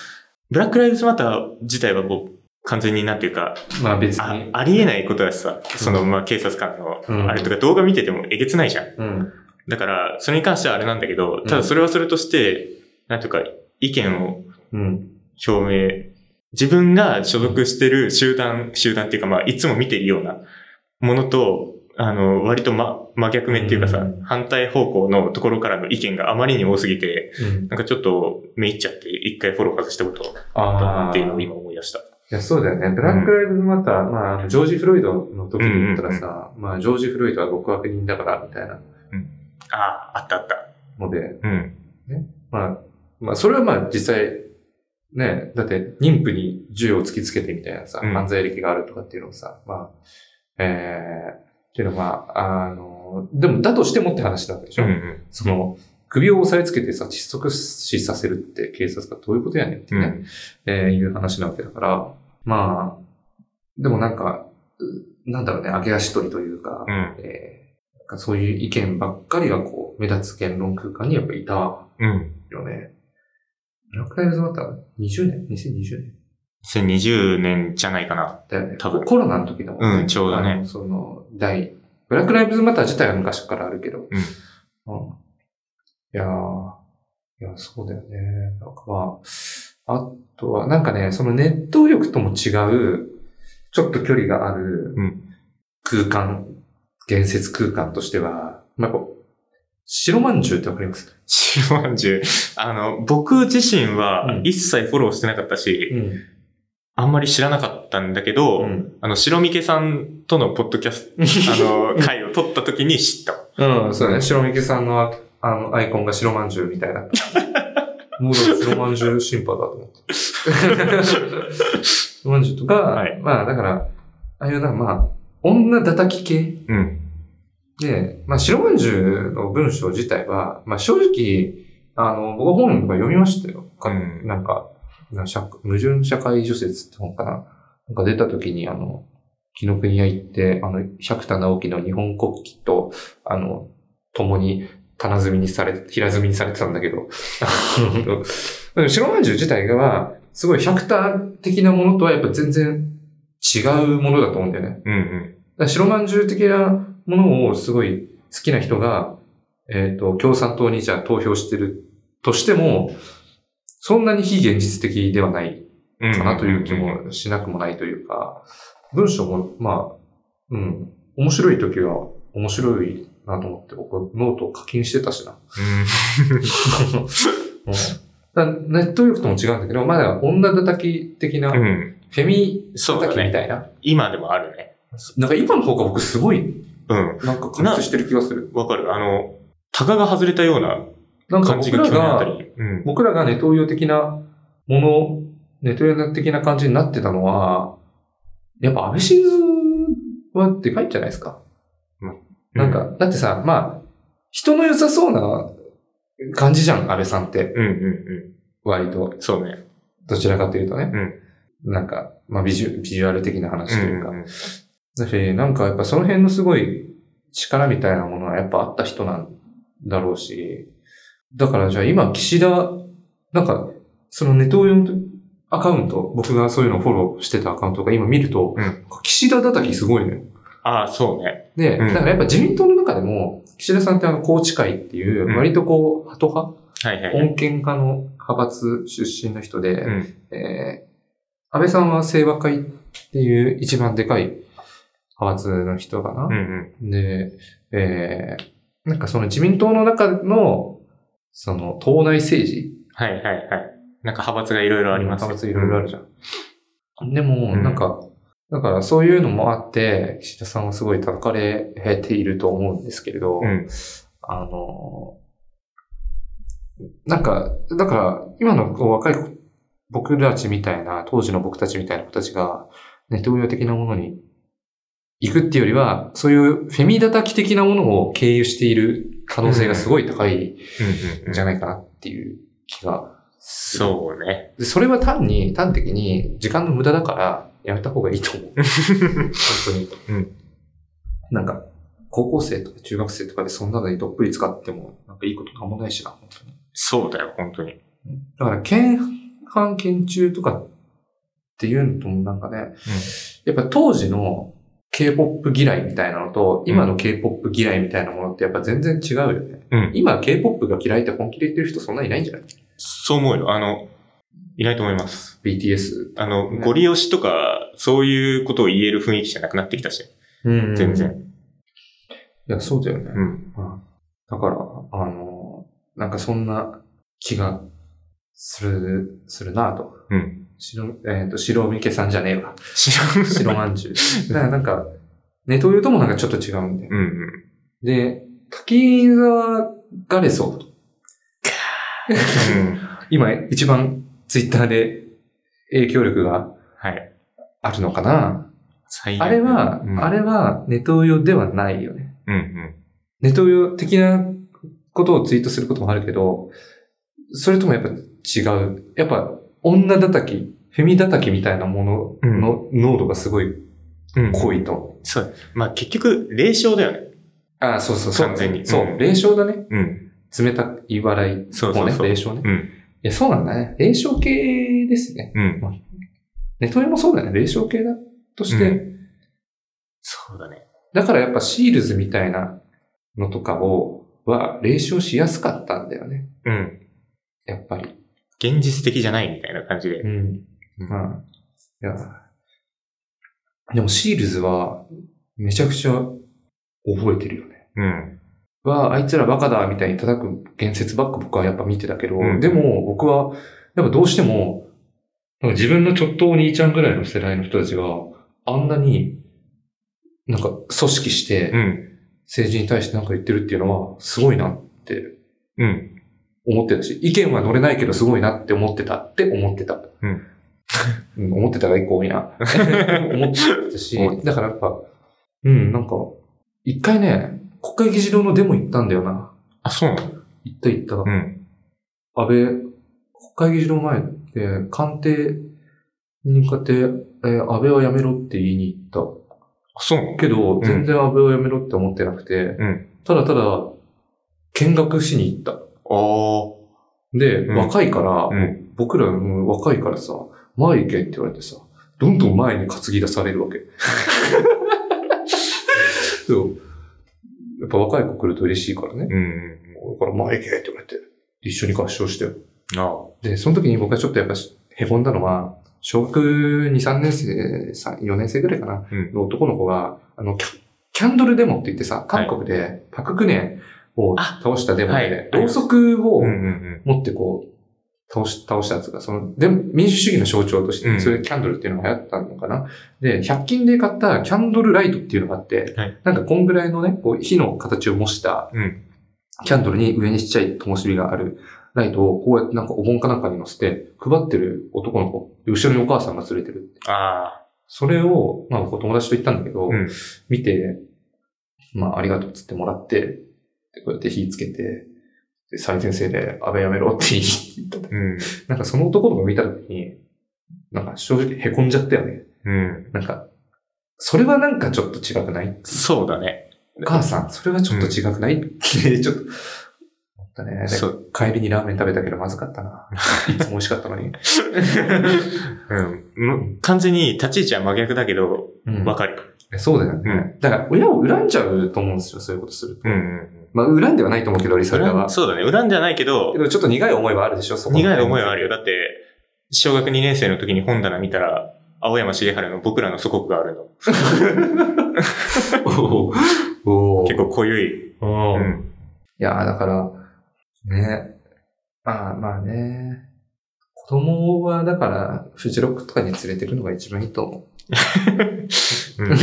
S2: ブラック・ライブズ・マター自体はこう、完全になんていうか、
S3: まあ別
S2: あ
S3: に。
S2: ありえないことだしさ、その、まあ、警察官
S3: うん
S2: の、あれとか動画見ててもえげつないじゃん。
S3: うん。
S2: だから、それに関してはあれなんだけど
S3: ん、
S2: ただそれはそれとして、なんていうか、意見を
S3: うん。
S2: 表明、自分が所属してる集団、集団っていうか、まあ、いつも見てるようなものと、あの、割とま、真逆目っていうかさ、
S3: うん
S2: 反対方向のところからの意見があまりに多すぎて、
S3: うん。
S2: なんかちょっと目いっちゃって、一回フォロー外したことあった
S3: あ
S2: な
S3: あ。
S2: っていうのを今思い出した。
S3: いや、そうだよね。ブラック・ライブズ・マター、まああの、ジョージ・フロイドの時に言ったらさ、まあ、ジョージ・フロイドは極悪人だから、みたいな
S2: ああ、あったあった。
S3: ので、
S2: うん。
S3: まあ、まあ、それはまあ、実際、ね、だって、妊婦に銃を突きつけてみたいなさ、
S2: うん
S3: 犯罪歴があるとかっていうのをさ、まあ、えー、っていうのは、まあ、あの、でも、だとしてもって話なわけでし
S2: う
S3: ょ、
S2: んうん。
S3: その、首を押さえつけてさ、窒息死させるって警察がどういうことやねんって
S2: う
S3: ね。
S2: ん。
S3: えーいう話なわけだから、まあ、でもなんか、うなんだろうね、揚げ足取りというか、
S2: うん。
S3: えーなんかそういう意見ばっかりがこう、目立つ言論空間にやっぱいたよ
S2: うん。
S3: ね。ブラックライブズマター20年 ?2020 年
S2: 2020年じゃないかな。
S3: だよね。
S2: 多分
S3: コロナの時だもん
S2: うんちょうどね
S3: あのその、第、ブラックライブズマター自体は昔からあるけど。うん。いやー、いや、そうだよね。なんかまあ、あとは、なんかね、そのネット力とも違う、ちょっと距離がある
S2: うん
S3: 空間、建設空間としては、まあ、やっぱ白まんじゅうってわかります
S2: 白まんじゅう。あの、僕自身は
S3: うん
S2: 一切フォローしてなかったし、
S3: ん。
S2: あんまり知らなかったんだけど、
S3: うん。
S2: あの、白三毛さんとのポッドキャ スト、あの、回を撮った時に知った。
S3: うん、そうだね。白みけさんのああのアイコンが白まんじゅうみたいな。もう白まんじゅう審判だと思って。白まんじゅうとか、
S2: はい
S3: まあだから、ああいうな、まあ、女叩き系
S2: うん。
S3: で、まあ、白文獣の文章自体は、まあ、正直、あの、僕は本とか読みましたよ。か
S2: うん
S3: なんか、な社矛盾社会除説って本かな。なんか出た時に、あの、紀ノ国屋行って、あの、百田直樹の日本国旗と、あの、共に棚積みにされ、平積みにされてたんだ けど、あのでも白文獣自体がは、すごい百田的なものとはやっぱ全然違うものだと思うんだよね。
S2: うんうん。
S3: だから白まんじゅう的なものをすごい好きな人が、えっ、と、共産党にじゃあ投票してるとしても、そんなに非現実的ではない
S2: うん
S3: かなという気
S2: うん
S3: もしなくもないというか、文章も、まあ、うん、面白い時は面白いなと思って、僕はノートを課金してたしな。だからネット力とも違うんだけど、まだ女叩き的
S2: う
S3: な、
S2: ん。
S3: フ
S2: うん。
S3: ェミ
S2: そうだ
S3: 叩きみ
S2: ね。
S3: たいな。
S2: 今でもあるね。
S3: なんか今の方が僕すごい、
S2: うん。
S3: なんか感じしてる気がする。
S2: わかる。あの、タガが外れたような
S3: なんか
S2: 感じ
S3: 僕
S2: が
S3: ら
S2: 去年あた
S3: が、
S2: り。うん。
S3: 僕らがネトウヨ的なもの、ネトウヨ的な感じになってたのは、やっぱ安倍晋三はでかいんじゃないですか。なんか、だってさ、まあ、人の良さそうな感じじゃん、安倍さんって。
S2: うん。うんうん
S3: 割と
S2: う、ん。そうね。
S3: どちらかというとね。なんか、まあビジュ、ビジュアル的な話というか。
S2: うんうんうん
S3: だし、なんかやっぱその辺のすごい力みたいなものはやっぱあった人なんだろうし、だからじゃあ今岸田、なんか、そのネトウヨのアカウント、僕がそういうのをフォローしてたアカウントが今見ると、
S2: うん
S3: なんか岸田叩きすごいね。
S2: ああ、そうね。
S3: で、
S2: うん
S3: だからやっぱ自民党の中でも、岸田さんってあの、宏池会っていう
S2: う、ん
S3: 割とこう、鳩派、
S2: はいはいはい。
S3: 穏健派の派閥出身の人で、
S2: うん。
S3: えー、安倍さんは清和会っていう一番でかい派閥の人か
S2: うん
S3: な。
S2: うん。
S3: で、えー、なんかその自民党の中の、その党内政治。
S2: はいはいはい。なんか派閥がいろいろあります。
S3: 派閥いろいろあるじゃん。でも、
S2: うん
S3: なんか、だからそういうのもあって、岸田さんはすごい叩かれていると思うんですけれど、
S2: うん。
S3: あの、なんか、だから、今のこう若い子僕たちみたいな、当時の僕たちみたいな子たちが、ネトウヨ的なものに行くっていうよりは、そういうフェミ叩き的なものを経由している可能性がすごい高い
S2: うんうんん
S3: じ
S2: う
S3: ゃ
S2: ん。
S3: ないかなっていう気が。
S2: そうね。
S3: で、それは単に、端的に時間の無駄だから、やめた方がいいと 思う。本当に。
S2: うん
S3: なんか、高校生とか中学生とかでそんなのにどっぷり使っても、なんかいいことなんもないしな、本当に。
S2: そうだよ、本当に。
S3: だから、県半、県中とかっていうのともなんかね、やっぱ当時の K-POP 嫌いみたいなのと、今の K-POP 嫌いみたいなものってやっぱ全然違うよね。
S2: うん
S3: 今 K-POP が嫌いって本気で言ってる人そんなにいないんじゃない
S2: そう思うよ。あの、いないと思います。
S3: ?BTS。
S2: あの、
S3: ね
S2: ゴリ押しとか、そういうことを言える雰囲気じゃなくなってきたし、
S3: うん
S2: 全。然。
S3: いや、そうだよね。
S2: うん。
S3: だから、あの、なんかそんな気がする、するなぁと。
S2: うん。
S3: 白、えっ、と、白みけさんじゃねえ わ。
S2: 白
S3: 白まんじ ゅう。だからなんか、ネトウヨともなんかちょっと違うんだよ。
S2: うんうん。
S3: で、滝沢ガレソ
S2: うん。
S3: 今一番ツイッターで影響力が
S2: はい。
S3: あるのかな
S2: 最悪
S3: あれは、
S2: うん
S3: あれはネトウヨではないよね。
S2: うんうん。
S3: ネトウヨ的なことをツイートすることもあるけど、それともやっぱ違う。やっぱ女叩き、フェミ叩きみたいなものの濃度がすごい
S2: うん、
S3: 濃いと。
S2: そう。まあ結局、霊障だよね。
S3: ああ、そうそうそう。
S2: 完全に
S3: そうう、
S2: ん
S3: 霊障だね。
S2: うん。
S3: 冷たい笑いもね、
S2: そうそうそう
S3: 霊障ね。
S2: うん。
S3: いや、そうなんだね。霊障系ですね。
S2: うん。
S3: ネトウヨもそうだね。霊障系だとして、
S2: うそうだね。
S3: だからやっぱシールズみたいなのとかを、は、霊障しやすかったんだよね。
S2: うん。
S3: やっぱり。
S2: 現実的じゃないみたいな感じで。
S3: ん。
S2: うん
S3: まあ、いや。でもシールズは、めちゃくちゃ覚えてるよね。
S2: うん。
S3: は、あいつらバカだ、みたいに叩く言説ばっか僕はやっぱ見てたけど、
S2: うん
S3: でも僕は、やっぱどうしても、なんか自分のちょっとお兄ちゃんぐらいの世代の人たちがあんなに、なんか組織して、
S2: うん。
S3: 政治に対して何か言ってるっていうのは、すごいなって
S2: うん。
S3: 思ってたし、意見は乗れないけどすごいなって思ってたって思ってた。
S2: うん
S3: うん。 思ってたが一個多 いな。思ってたし
S2: 多、
S3: だからやっぱ、うん、なんか、一回ね、国会議事堂のデモ行ったんだよな。
S2: あ、そうなの
S3: 行った行った。
S2: うん。
S3: 安倍、国会議事堂前で、官邸に向かって、えー安倍はやめろって言いに行った。
S2: あ、そうなの
S3: けど
S2: ん、
S3: 全然安倍をやめろって思ってなくて、
S2: ん
S3: ただただ、見学しに行った。
S2: あ
S3: で、
S2: うん
S3: 若いから、
S2: あ。うん。
S3: 僕らも若いからさ、前行けって言われてさ、どんどん前に担ぎ出される わけ。そう。やっぱ若い子来ると嬉しいからね。
S2: うんうん
S3: だから前行けって言われて、一緒に合唱して
S2: うん。ああ。
S3: で、その時に僕はちょっとやっぱしへこんだのは、小学2、3年生、3 4年生ぐらいかな、
S2: うん
S3: の男の子が、あの、キャキャンドルデモって言ってさ、韓国でパククネを
S2: あ
S3: 倒したデモ
S2: はい
S3: で、ろうそくを
S2: うんうん
S3: 持ってこう、倒し、倒したやつが、その、で、民主主義の象徴とし
S2: う
S3: て、
S2: ん
S3: それキャンドルっていうのが流行ったのかな、で、100均で買ったキャンドルライトっていうのがあって、
S2: はい
S3: なんかこんぐらいのね、こう、火の形を模した、
S2: うん
S3: キャンドルに上にちっちゃい灯火があるライトを、こうやってなんかお盆かなんかに乗せて、配ってる男の子、で後ろにお母さんが連れてるって。
S2: うん。あ
S3: それを、まあ、僕友達と行ったんだけど、
S2: うん
S3: 見て、まあ、ありがとうっつってもらって、でこうやって火つけて、で、最前線で、安倍やめろって言った
S2: あ。うん。
S3: なんかその男の子見たときに、なんか正直凹んじゃったよね。
S2: うん。
S3: なんか、それはなんかちょっと違くない
S2: そうだね。
S3: お母さん、それはちょっと違くない、って、ちょっと、思ったね。で
S2: そう。
S3: 帰りにラーメン食べたけどまずかっ たな。いつも美味しかったのに。
S2: うんむ。完全に立ち位置は真逆だけど、
S3: うん
S2: わかる。
S3: そうだよね。
S2: う
S3: だから、親を恨んじゃうと思うんですよ、そういうことすると。
S2: ん。うん。
S3: まあ、恨んではないと思うけど、リサルダは。
S2: そうだね。恨んじゃないけど
S3: け、ど、ちょっと苦い思いはあるでしょ、そこ
S2: 苦い思いはあるよ。。だって、小学2年生の時に本棚見たら、青山茂春の僕らの祖国があるの。
S3: おーお
S2: 結
S3: 結
S2: 構濃ゆい。う
S3: 構。うん
S2: ん。
S3: いやー、だから、ね。まあまあね。子供は、だから、フジロックとかに連れてくのが一番いいと思う。
S2: うん。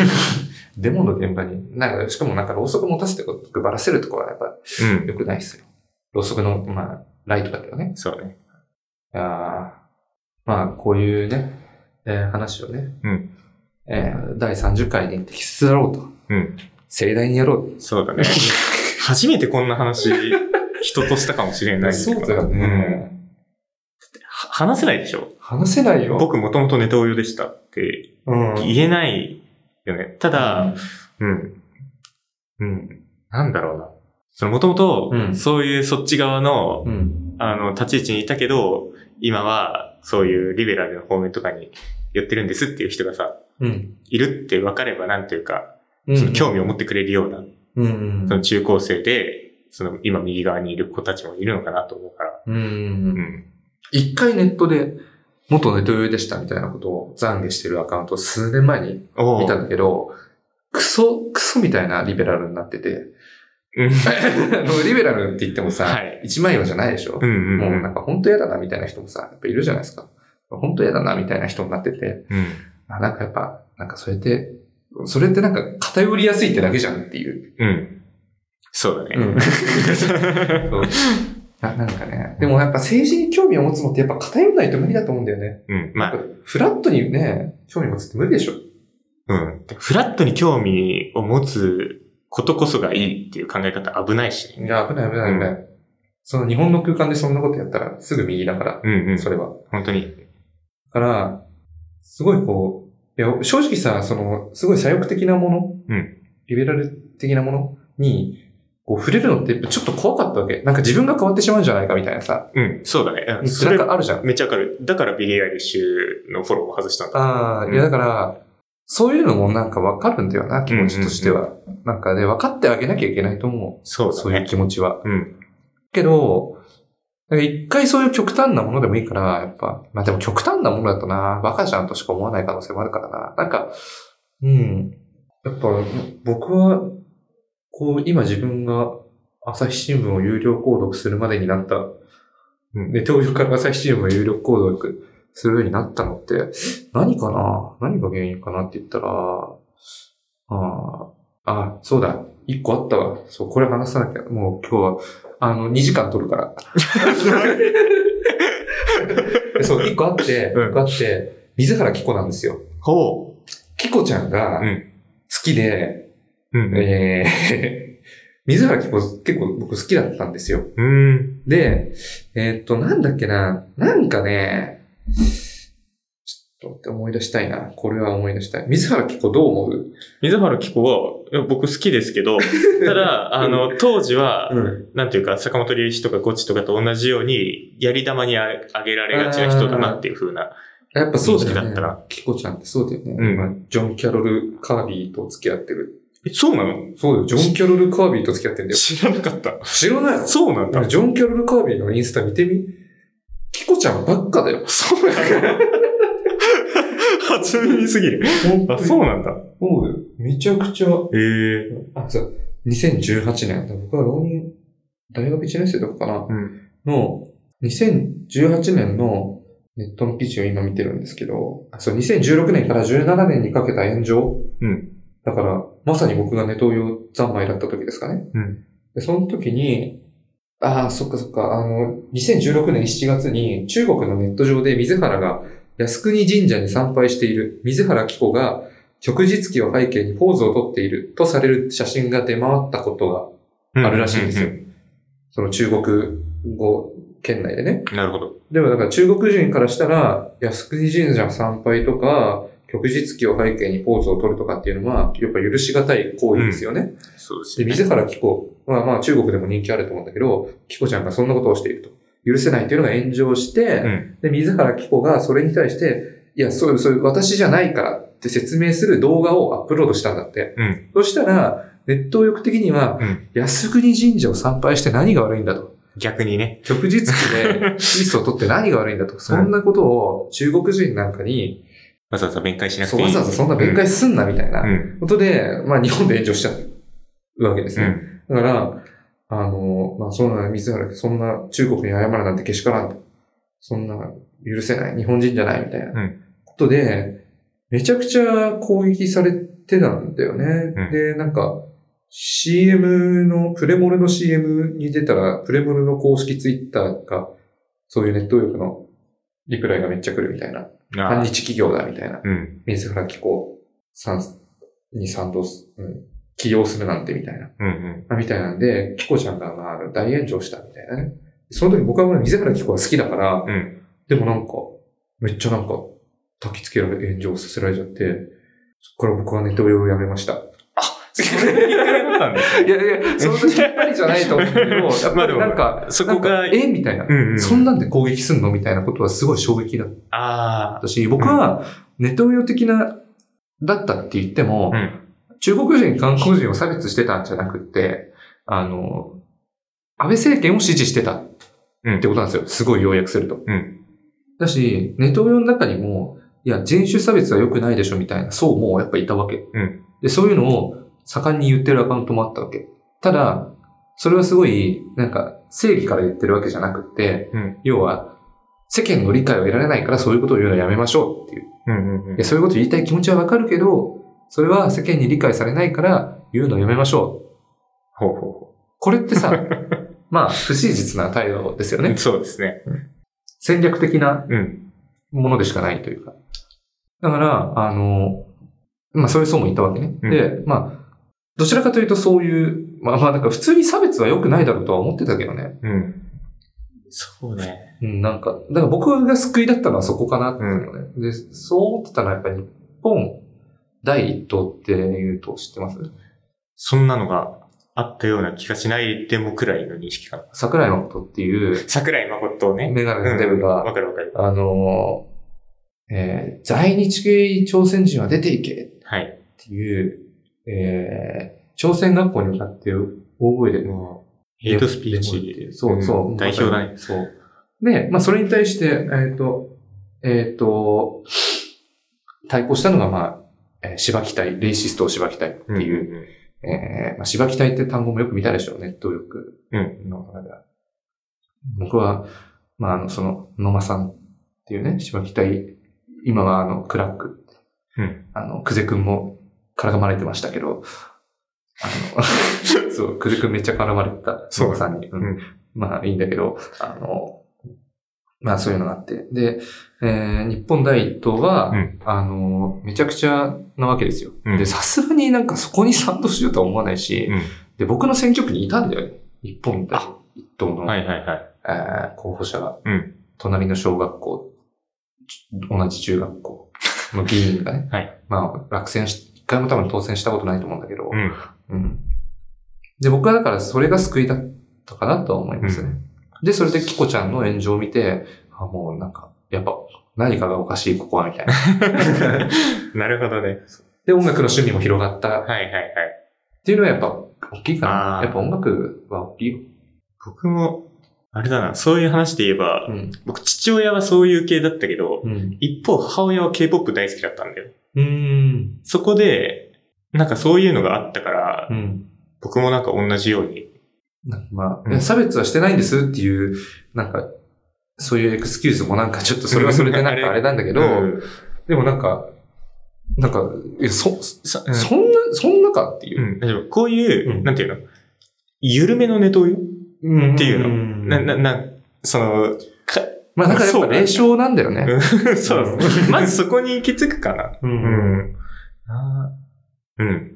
S3: デモの現場に。なんか、しかもなんか、ろうそく持たせてこう配らせるとこはやっぱ
S2: うん。
S3: 良くないっすよ。ろうそくの、まあ、ライトだけどね。
S2: そうね。
S3: いやーまあ、こういうね、えー話をね、
S2: うん
S3: えー第30回に適切だろうと。
S2: うん。
S3: 盛大にやろう
S2: そうだね。初めてこんな話、人としたかもしれない。うん。は話せないでしょ
S3: 話せないよ。
S2: 僕もともとネタウヨでしたって
S3: うん
S2: 言えないよね。ただ、うん。うん。なんだろうな。そのもとも
S3: う
S2: と、
S3: ん
S2: そういうそっち側の
S3: うん。
S2: あの、立ち位置にいたけど、今はそういうリベラルの方面とかに寄ってるんですっていう人がさ、
S3: うん。
S2: いるって分かればなんというか、
S3: うん。
S2: その興味を持ってくれるような、
S3: うん。
S2: その中高生で、その今右側にいる子たちもいるのかなと思うから。
S3: う。
S2: うんん。
S3: 一回ネットで、元ね、女優でしたみたいなことを懺悔してるアカウントを数年前に
S2: お
S3: 見たん
S2: ー
S3: だけど、クソ、クソみたいなリベラルになってて、
S2: うん。
S3: あのリベラルって言ってもさ、
S2: はい
S3: 一枚岩じゃないでしょ、
S2: うんうん
S3: もう
S2: うん
S3: なんか本当嫌だなみたいな人もさ、やっぱいるじゃないですか。本当嫌だなみたいな人になってて、
S2: うん。
S3: あなんかやっぱ、なんかそれって、それってなんか偏りやすいってだけじゃんっていう。
S2: うん。そうだね。
S3: うん ななんかね。でもやっぱ政治に興味を持つのってやっぱ偏らないと無理だと思うんだよね。
S2: うん。まあ、
S3: フラットにね、興味持つって無理でしょ。
S2: うん。フラットに興味を持つことこそがいいっていう考え方危ないしね。
S3: いや、危ない危ない危ない。その日本の空間でそんなことやったらすぐ右だから、
S2: うんうん。
S3: それは。
S2: 本当に。
S3: だから、すごいこう、いや、正直さ、その、すごい左翼的なもの、
S2: うん
S3: リベラル的なものに、こう触れるのってちょっと怖かったわけ。なんか自分が変わってしまうんじゃないかみたいなさ、
S2: うん。そうだね。うんそ
S3: なん
S2: れ
S3: かあるじゃん。
S2: めっちゃわかる。だからビリー・アイリッシュのフォローを外したんだ。
S3: あ
S2: う
S3: あ、
S2: ん
S3: いやだから、そういうのもなんかわかるんだよな、気持ちとしては。なんかね、分かってあげなきゃいけないと思。
S2: そうう
S3: そ
S2: だ
S3: ういう
S2: ね。
S3: 気持ちは。
S2: うん。
S3: けど、なんか一回そういう極端なものでもいいから、やっぱ、まあでも極端なものだとな、バカじゃんとしか思わない可能性もあるからな。なんか、うん。やっぱ、僕は、こう、今自分が朝日新聞を有料購読するまでになった、
S2: うん
S3: で、東京から朝日新聞を有料購読するようになったのって、何かな何が原因かなって言ったら、ああ、あ、そうだ。一個あったわ。そう、これ話さなきゃ。もう今日は、あの、2時間取るから。 でそう、一個あって、
S2: うん
S3: 一個あって、水原希子なんですよ。
S2: ほ
S3: 希子ちゃんが
S2: う
S3: 好
S2: ん
S3: きで、
S2: う。うん。
S3: えー 水原希子結構僕好きだったんですよ。
S2: うん。
S3: で、えーっと、なんだっけな、なんかね、ちょっと待って思い出したいな。これは思い出したい。水原希子どう思う
S2: 水原希子は、いや僕好きですけ ど、ただ、あの、当時は、
S3: うん。
S2: なんていうか、坂本龍一とかゴチとかと同じように、やり玉にああげられがちな人だなっていう風な。
S3: やっぱそうだ
S2: 人
S3: よ
S2: 気だ
S3: ね
S2: ったら。
S3: 希子ちゃんってそうだよね。
S2: うん
S3: 今ジョン・キャロル・カービーと付き合ってる。
S2: え、そうなの
S3: そうだよ。ジョン・キャロル・カービーと付き合ってんだよ。
S2: 知らなかった。
S3: 知らないの
S2: そうなんだ。
S3: ジョン・キャロル・カービーのインスタ見てみ。キコちゃんばっかだよ。
S2: そうなんだ。初耳すぎる。
S3: 本
S2: あ、そうなんだ。
S3: そうよめちゃくちゃ。
S2: ええ
S3: あ、そう。2018年。僕は浪人、大学1年生とかかな
S2: う。ん。
S3: の、2018年のネットの記事を今見てるんですけど、あそう、2016年から17年にかけた炎上。
S2: うん。
S3: だから、まさに僕がネトウヨ三昧だった時ですかね。
S2: うん。
S3: で、その時に、ああ、そっかそっか、あの、2016年7月に中国のネット上で水原が靖国神社に参拝している水原希子が旭日記を背景にポーズをとっているとされる写真が出回ったことがあるらしいんですよ。
S2: うう
S3: その中国語圏内でね。
S2: うんなるほど。
S3: でもだから中国人からしたら、靖国神社参拝とか、旭日記を背景にポーズを取るとかっていうのは、やっぱ許し難い行為ですよね。
S2: そうです
S3: で、
S2: ね。
S3: 水原希子は、まあ中国でも人気あると思うんだけど、希子ちゃんがそんなことをしていると。許せないというのが炎上して、
S2: うん
S3: で、水原希子がそれに対して、いや、それ、それ、私じゃないからって説明する動画をアップロードしたんだって。
S2: うん
S3: そしたら、ネット欲的には、
S2: うん
S3: 靖国神社を参拝して何が悪いんだと。
S2: 逆にね。
S3: 旭日記でピースを取って何が悪いんだと。そんなことを中国人なんかに、
S2: わざわざ弁解しなく
S3: そ
S2: て
S3: う
S2: いい。
S3: わざわざそんな弁解すんなみたいな
S2: うん。うん。
S3: ことで、まあ日本で炎上しちゃうわけです
S2: う
S3: ね。
S2: ん。
S3: だから、あの、まあ、そんな、水原、そんな中国に謝るなんてけしからんと。そんな、許せない。日本人じゃないみたいな。
S2: うん
S3: ことで、めちゃくちゃ攻撃されてたんだよね。
S2: うん
S3: で、なんか、CM の、プレモルの CM に出たら、プレモルの公式ツイッターが、そういうネット力のリプライがめっちゃ来るみたいな。
S2: あ
S3: 反日企業だみたいな。
S2: うん。
S3: 水原希子さんに賛同す、うん、起用するなんてみたいな。
S2: うんうん。
S3: まあみたいなんで、キコちゃんがまあ大炎上したみたいなね。その時僕はまあ水原キコが好きだから、
S2: うん。
S3: でもなんか、めっちゃなんか、焚きつけられ、炎上させられちゃって、そっから僕はネトウヨをやめました。
S2: あ、それがきっかけだったん です
S3: い
S2: ね。
S3: やいや、そんなきっぱりじゃないと思うけど、やっ
S2: ま
S3: ぱ
S2: あで
S3: り
S2: も
S3: なんか、
S2: そこが
S3: なんかえみたいな、
S2: うんうん
S3: そんなんで攻撃すんのみたいなことはすごい衝撃だっ
S2: あ
S3: たし、僕はネトウヨ的な、だったって言っても、
S2: あ。うん。
S3: 中国人、韓国人を差別してたんじゃなくって、あの、安倍政権を支持してたってことなんですよ。すごい要約すると。
S2: うん。
S3: だし、ネトウヨの中にも、いや、人種差別は良くないでしょみたいな、そうもやっぱいたわけ。
S2: うん
S3: で、そういうのを盛んに言ってるアカウントもあったわけ。ただ、それはすごい、なんか、正義から言ってるわけじゃなくって、
S2: うん
S3: 要は、世間の理解を得られないからそういうことを言うのやめましょうっていう。
S2: うんうんうん
S3: いや、そういうこと言いたい気持ちはわかるけど、それは世間に理解されないから言うのやめましょう。
S2: ほうほうほ
S3: こ れってさ、まあ、不真実な態度ですよ
S2: う。
S3: ね。
S2: そうですね。
S3: 戦略的な
S2: うん。
S3: ものでしかないというか。だから、あの、まあそういう層もいたわけね。
S2: うん
S3: で、まあ、どちらかというとそういう、まあまあなんか普通に差別は良くないだろうとは思ってたけどね。
S2: うん。そうね。
S3: うん、なんか、だから僕が救いだったのはそこかなっていうのね。で、そう思ってたのはやっぱり日本第一党っていう党知ってます
S2: そんなのがあったような気がしないでもくらいの認識かな。
S3: 桜井誠っていう
S2: 桜井誠をね。
S3: メガネのデブ
S2: うんわ
S3: が、
S2: かるわかる。
S3: あの、えー在日系朝鮮人は出ていけ
S2: はい。
S3: っていう、えー、朝鮮学校に向かって大声で、
S2: もう、ヘイトスピーチ。
S3: そうそう、
S2: ん代表だね。
S3: そう。で、まあ、それに対して、えっ、と、えっ、と、対抗したのが、まあ、えー、芝木隊、レイシストを芝木隊っていう、
S2: う。
S3: えー、まあ、芝木隊って単語もよく見たでしょう、ネットよく。
S2: うん
S3: の中では僕は、まあ、あの、その、野間さんっていうね、芝木隊、今はあの、クラックって
S2: うん。
S3: あの、久世くんも絡まれてましたけど、あ の、そう、久世くんめっちゃ絡まれてた。
S2: そう
S3: さんに、うん
S2: うん
S3: まあいいんだけど、あの、まあそういうのがあって。で、えー日本第一党は、
S2: うん
S3: あの、めちゃくちゃなわけですよ。
S2: うん
S3: で、さすがになんかそこに賛同しようとは思わないし、
S2: う
S3: で、僕の選挙区にいたんだよね。日本第一党の、
S2: ん。はいはいはい。
S3: えー候補者が、
S2: うん、
S3: 隣の小学校、ち同じ中学校の議員がね
S2: はい
S3: まあ、落選し、一回も多分当選したことないと思うんだけど、
S2: うん。
S3: うんで、僕はだからそれが救いだったかなとは思いますね。で、それでキコちゃんの炎上を見て、あもうなんか、やっぱ、何かがおかしい、ここは、み たいな。
S2: なるほどね。
S3: で、音楽の趣味も広がったっ
S2: はいはいはい。
S3: ていうのはやっぱ、大きいか
S2: あ
S3: な。
S2: ー
S3: やっぱ音楽は大きいよ。
S2: 僕も、あれだな、そういう話で言えば
S3: う、ん。
S2: 僕父親はそういう系だったけど、
S3: うん。
S2: 一方母親は K-POP 大好きだったんだよ。
S3: うん。
S2: そこで、なんかそういうのがあったから、
S3: うん。
S2: 僕もなんか同じように。
S3: なんかまあ、
S2: うん
S3: 差別はしてないんですっていう、なんか、そういうエクスキューズもなんかちょっとそれはそれでなん かあれなんだけど、
S2: うん
S3: でもなんか、なんか、いやそ、
S2: さうん
S3: そんな、そんなかっていうう。
S2: ん、大丈夫。こういう、
S3: うん
S2: なんていうの緩めのネトウヨ
S3: うん
S2: っていうの
S3: ん
S2: な、な、な、その、か、
S3: まあだからやっぱ霊障なんだよね。
S2: うん そう、まずそこに行き着くかな。う
S3: う
S2: んん。あーうん。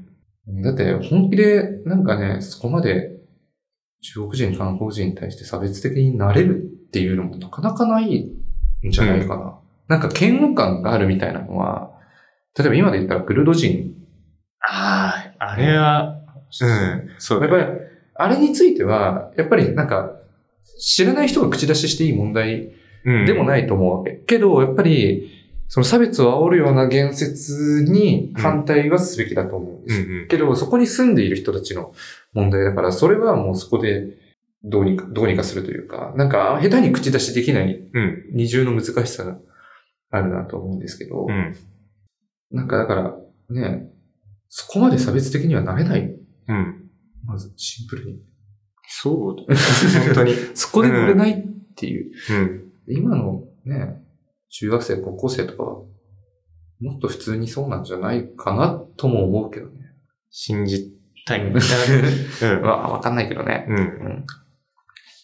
S3: だって本気で、なんかね、そこまで中国人、韓国人に対して差別的になれるっていうのもなかなかないんじゃないかな。なんか嫌悪感があるみたいなのは、例えば今で言ったらクルド人。
S2: ああ、あれは、うん、そう
S3: や
S2: だ
S3: っ
S2: ね
S3: ぱり、あれについては、やっぱりなんか、知らない人が口出ししていい問題
S2: うん
S3: でもないと思うわけ。けど、やっぱり、その差別を煽るような言説に反対はすべきだと思う
S2: う
S3: んで
S2: ん
S3: す
S2: う
S3: よ。
S2: ん。
S3: けど、そこに住んでいる人たちの問題だから、それはもうそこでどうにか、どうにかするというか、なんか、下手に口出しできない
S2: うん。
S3: 二重の難しさがあるなと思うんですけど、
S2: うん。
S3: なんかだから、ね、そこまで差別的にはなれない。
S2: うん。
S3: まず、シンプルに。
S2: そうだね。本当に。
S3: そこで乗れないっていう。
S2: うん。
S3: 今のね、中学生、高校生とかは、もっと普通にそうなんじゃないかなとも思うけどね。
S2: 信じた い。うん。
S3: わ、わかんないけどね。
S2: うん。
S3: ん。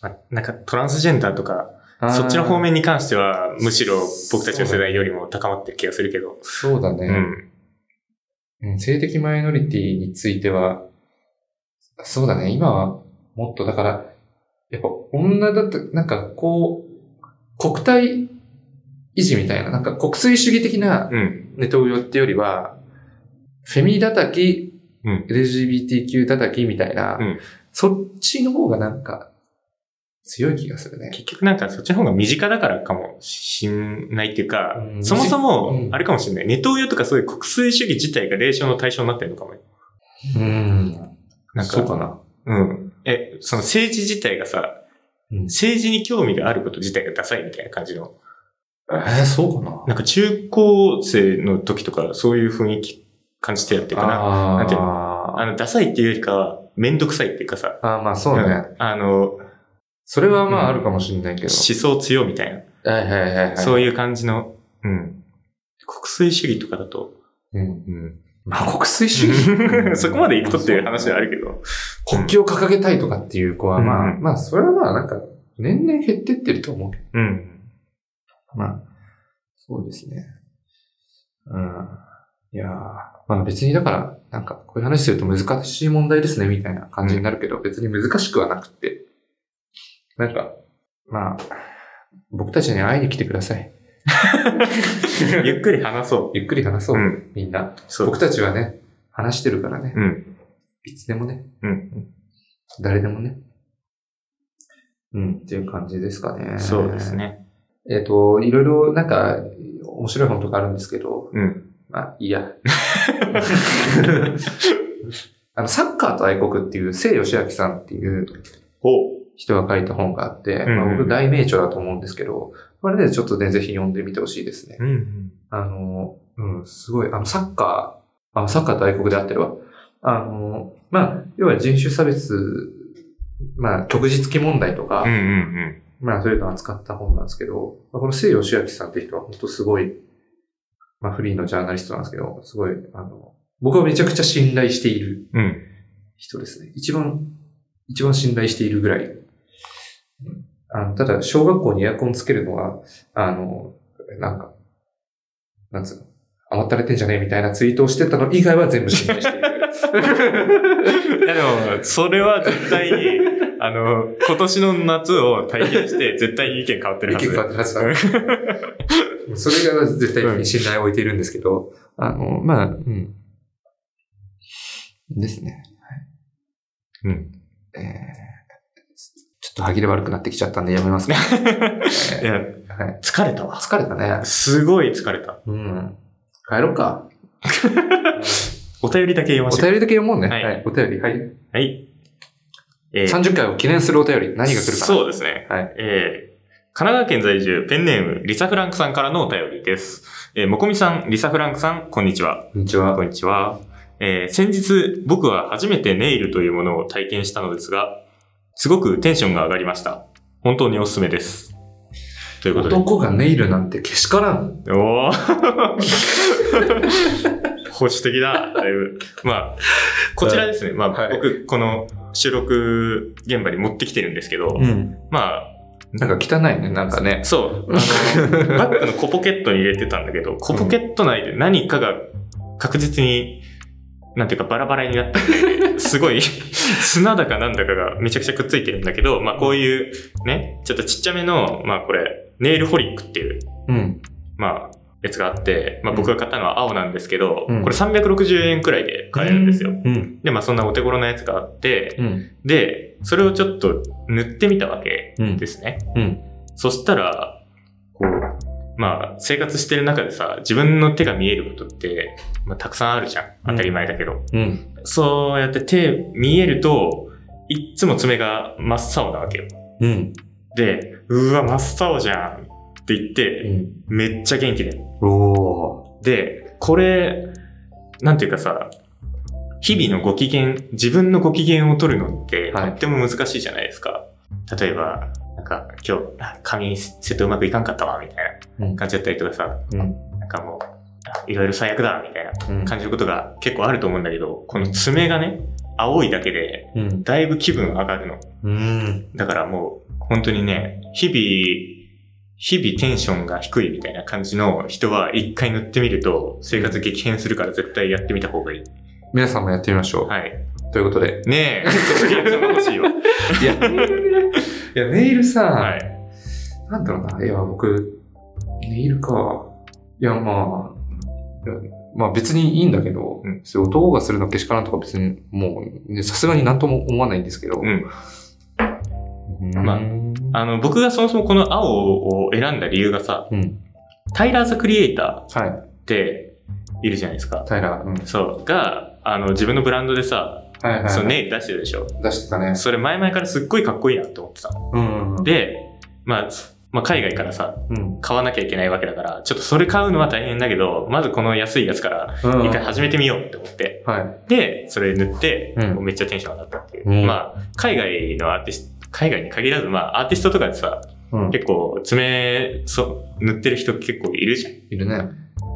S2: まあなんか、トランスジェンダーとか、そっちの方面に関しては、むしろ僕たちの世代よりも高まってる気がするけど。
S3: そうだね。
S2: うん。
S3: うん性的マイノリティについては、そうだね、今はもっとだから、やっぱ女だと、なんかこう、国体維持みたいな、なんか国粋主義的な
S2: うん。
S3: ネトウヨってよりは、フェミ叩き、
S2: うん。
S3: LGBTQ 叩きみたいな、
S2: うん
S3: そっちの方がなんか強い気がするね。
S2: 結局なんかそっちの方が身近だからかもしんないっていうか、
S3: うん
S2: そもそも
S3: う、ん
S2: あれかもしれない。ネトウヨとかそういう国粋主義自体が霊障の対象になってるのかもよ。
S3: うん。
S2: なんか、
S3: そうかな。
S2: うん。え、その政治自体がさ、
S3: うん
S2: 政治に興味があること自体がダサいみたいな感じの。
S3: えー、そうかな。
S2: なんか中高生の時とかそういう雰囲気感じてやってるかな。
S3: あー
S2: なんていうあ
S3: あ
S2: の、ダサいっていうよりかは、めんどくさいっていうかさ、
S3: ーまあそうね。
S2: んあの、
S3: それはま
S2: うん
S3: ああるかもしれないけど
S2: 思。想強みたいな、
S3: はいはいはいはい。
S2: そういう感じの、うん。国粋主義とかだと、
S3: うん。
S2: うん。
S3: まあ国粋主 義
S2: そこまで行くとっていう話はあるけど。
S3: 国旗を掲げたいとかっていう子は、まあ、
S2: うん
S3: まあ、それはまあ、なんか、年々減ってってると思うけ
S2: うん。
S3: ど。まあ、そうですね。うん。いやーまあ別にだから、なんか、こういう話すると難しい問題ですね、みたいな感じになるけど、別に難しくはなくって。なんか、まあ、僕たちに会いに来てくだ さい。
S2: ゆっくり話そ。
S3: ゆっくり話そうう、
S2: ん。
S3: みんな。
S2: そう。
S3: 僕たちはね、話してるからね。
S2: うん。
S3: いつでもね。
S2: うん
S3: 誰でもね。うん、っていう感じですかね。
S2: そうです。ね。
S3: えっ、と、いろいろなんか、面白い本とかあるんですけど、
S2: うん。
S3: まあ、いいや。 あの、サッカーと愛国っていう、聖義明さんっていう
S2: お
S3: 人が書いた本があって、
S2: んうん
S3: まあ、僕大名著だと思うんですけど、これでちょっとね、ぜひ読んでみてほしいですね。
S2: うん。
S3: あの、うん、すごい、あの、サッカー、あサッカーと愛国であってるわ。あの、まあ、要は人種差別、まあ、極実期問題とか、
S2: うんうん
S3: まあ、そういうのを扱った本なんですけど、まあこの西洋主明さんって人は本当すごい、まあ、フリーのジャーナリストなんですけど、すごい、あの、僕はめちゃくちゃ信頼している
S2: うん。うん。
S3: 人ですね。一番、一番信頼しているぐらい。うんあのただ、小学校にエアコンつけるのは、あの、なんか、なんつうの、甘ったれてんじゃねえみたいなツイートをしてたの以外は全部信頼している。
S2: いやでも、それは絶対 に、あの、今年の夏を体験して、絶対に意見変わってるはず
S3: 結構あったはずだ。それが絶対に信頼を置いているんですけど、あの、まあ、うん。ですね。
S2: うん。
S3: えーちょっと歯切れ悪くなってきちゃったんでやめますか、
S2: いや、
S3: はい。
S2: 疲れたわ。
S3: 疲れたね。
S2: すごい疲れた。
S3: うん。帰ろうか。
S2: お便りだけ読ま
S3: お
S2: せて。
S3: 便りだけ読もうね。
S2: はい
S3: お便り。はい。
S2: はい。えー
S3: 30回を記念するお便り。何が来るかな
S2: そうですね。
S3: はい。
S2: えー神奈川県在住、ペンネーム、リサ・フランクさんからのお便りです。えーもこみさん、リサ・フランクさん、こんにちは。
S3: こんにちは。
S2: こんにちは。えー先日、僕は初めてネイルというものを体験したのですが、すごくテンションが上がりました。本当におすすめです。ということで。
S3: 男がネイルなんてけしからん。
S2: おー 保守的だ、だいぶ。まあ、こちらですね。まあ、
S3: はい
S2: 僕、この収録現場に持ってきてるんですけど、
S3: ん。
S2: まあ、
S3: なんか汚いね、なんか ね。
S2: そう。あの、バッグの小ポケットに入れてたんだけど、小ポケット内で何かが確実に、なんていうかバラバラになって て、すごい砂だかなんだかがめちゃくちゃくっついてるんだけど、まあこういうね、ちょっとちっちゃめの、まあこれ、ネイルホリックっていう、
S3: うん。
S2: まあ、やつがあって、まあ僕が買ったのは青なんですけど、
S3: うん
S2: これ360円くらいで買えるんですよ。
S3: うん。
S2: で、まあそんなお手頃なやつがあって
S3: う、ん。
S2: で、それをちょっと塗ってみたわけ
S3: うん
S2: ですね。
S3: うん。
S2: そしたら、こう、まあ、生活してる中でさ、自分の手が見えることって、まあ、たくさんあるじゃん。当たり前だけど。
S3: うん。
S2: そうやって手見えると、いっつも爪が真っ青なわけよ。
S3: うん。
S2: で、うわ、真っ青じゃんって言って、
S3: ん。
S2: めっちゃ元気で。
S3: お
S2: で、これ、なんていうかさ、日々のご機嫌、自分のご機嫌を取るのって、と
S3: はい
S2: っても難しいじゃないですか。例えば、なんか、今日、あ髪セットうまくいかんかったわ、みたいな。
S3: うん。
S2: 感じだったりとかさ、
S3: うん。
S2: なんかもう、あいろいろ最悪だ、みたいな
S3: うん。
S2: 感じることが結構あると思うんだけど、この爪がね、青いだけで、
S3: うん。
S2: だいぶ気分上がるの。
S3: うん。
S2: だからもう、本当にね、日々、日々テンションが低いみたいな感じの人は一回塗ってみると生活激変するから絶対やってみた方がいい。
S3: 皆さんもやってみましょう。
S2: はい。
S3: ということで。
S2: ね え、リアクションが欲しいわ。
S3: いや、いやネイルさ、
S2: はい。
S3: なんだろうな。いや、僕、ネイルか。いや、まあ、いやまあ別にいいんだけど、
S2: うん
S3: そういう男がするのけしからんとか別にもうね、さすがになんとも思わないんですけど。
S2: うん。
S3: うん
S2: まあの、僕がそもそもこの青を選んだ理由がさ、
S3: うん。
S2: タイラー・ザ・クリエイタ
S3: はい。
S2: ーっているじゃないですか。
S3: タイラー、うん。は
S2: そう。が、あの、自分のブランドでさ、
S3: いはい、はい。
S2: そのネイル出してるでしょ。
S3: 出してたね。
S2: それ前々からすっごいかっこいいなって思ってたの。
S3: うん。、
S2: で、まあ、まあ、海外からさ、
S3: うん。
S2: 買わなきゃいけないわけだから、ちょっとそれ買うのは大変だけど、まずこの安いやつから
S3: うん
S2: 一回始めてみようって思って。
S3: はい。
S2: で、それ塗って、
S3: うん
S2: もうめっちゃテンション上がったっていう。
S3: うん
S2: まあ、海外のアーティスト、海外に限らず、まあ、アーティストとかでさ、
S3: うん。
S2: 結構爪、そう、塗ってる人結構いるじゃん。
S3: いるね。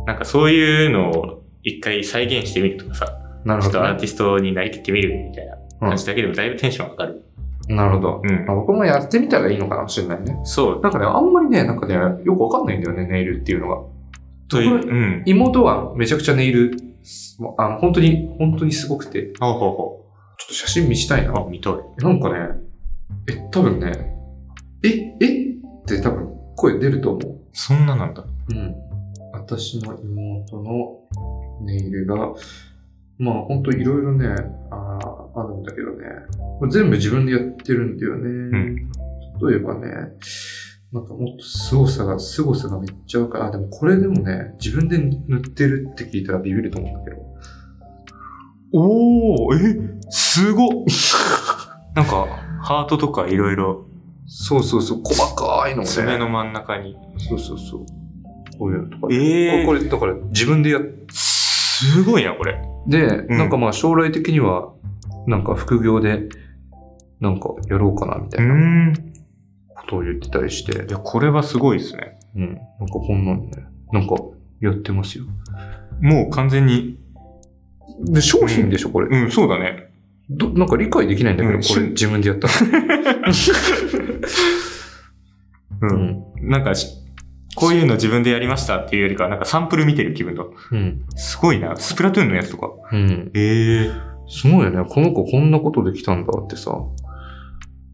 S2: なんかそういうのを一回再現してみるとかさ、
S3: なる
S2: ちょ
S3: ほ
S2: っと
S3: ど
S2: アー
S3: ね、
S2: ティストになりきってみるみたいな感じだけでもだいぶテンション上がる。
S3: なるほど。
S2: うん
S3: まあ、僕もやってみたらいいのかもしれないね。
S2: そう。
S3: なんかね、あんまりね、なんかね、よくわかんないんだよね、ネイルっていうのが。
S2: という、うん。
S3: 妹はめちゃくちゃネイル、もうあの本当に、本当にすごくて、ちょ
S2: ほうほうほ
S3: っと写真見したいな。
S2: う。あ、見とる。
S3: なんかね、え、多分ね、え、えって多分声出ると思
S2: そんななんだ。
S3: う。うん。私の妹のネイルが、まあ本当いろいろね、あーあるんだけどね、これ全部自分でやってるんだよね。
S2: ん
S3: 例えばね、なんかもっと凄さが、凄さがめっちゃわかる。あ、でもこれでもね、自分で塗ってるって聞いたらビビると思うんだけど。
S2: おー、え、す ごなんか、ハートとかいろいろ、
S3: そうそうそう、細かいのもね。
S2: 爪の真ん中に。
S3: そうそうそう。こういうのとか、
S2: えー
S3: これ、だから自分でやっ
S2: すごいな、これ。
S3: で、
S2: ん。
S3: なんかまあ将来的には、なんか副業で、なんかやろうかなみたいなんことを言ってたりして
S2: い、や、これはすごいですね。
S3: うん。なんかこんなんね、なんかやってますよ。
S2: もう完全に。
S3: で、商品でしょ、これ。
S2: うん、そうだね。
S3: どなんか理解できないんだけど、
S2: うん
S3: これ自分でやった
S2: う
S3: の。
S2: ん。。なんかし、こういうの自分でやりましたっていうよりかは、なんかサンプル見てる気分だ。
S3: うん。
S2: すごいな。スプラトゥーンのやつとか。
S3: うん。
S2: ええ
S3: すごいよね。この子こんなことできたんだってさ。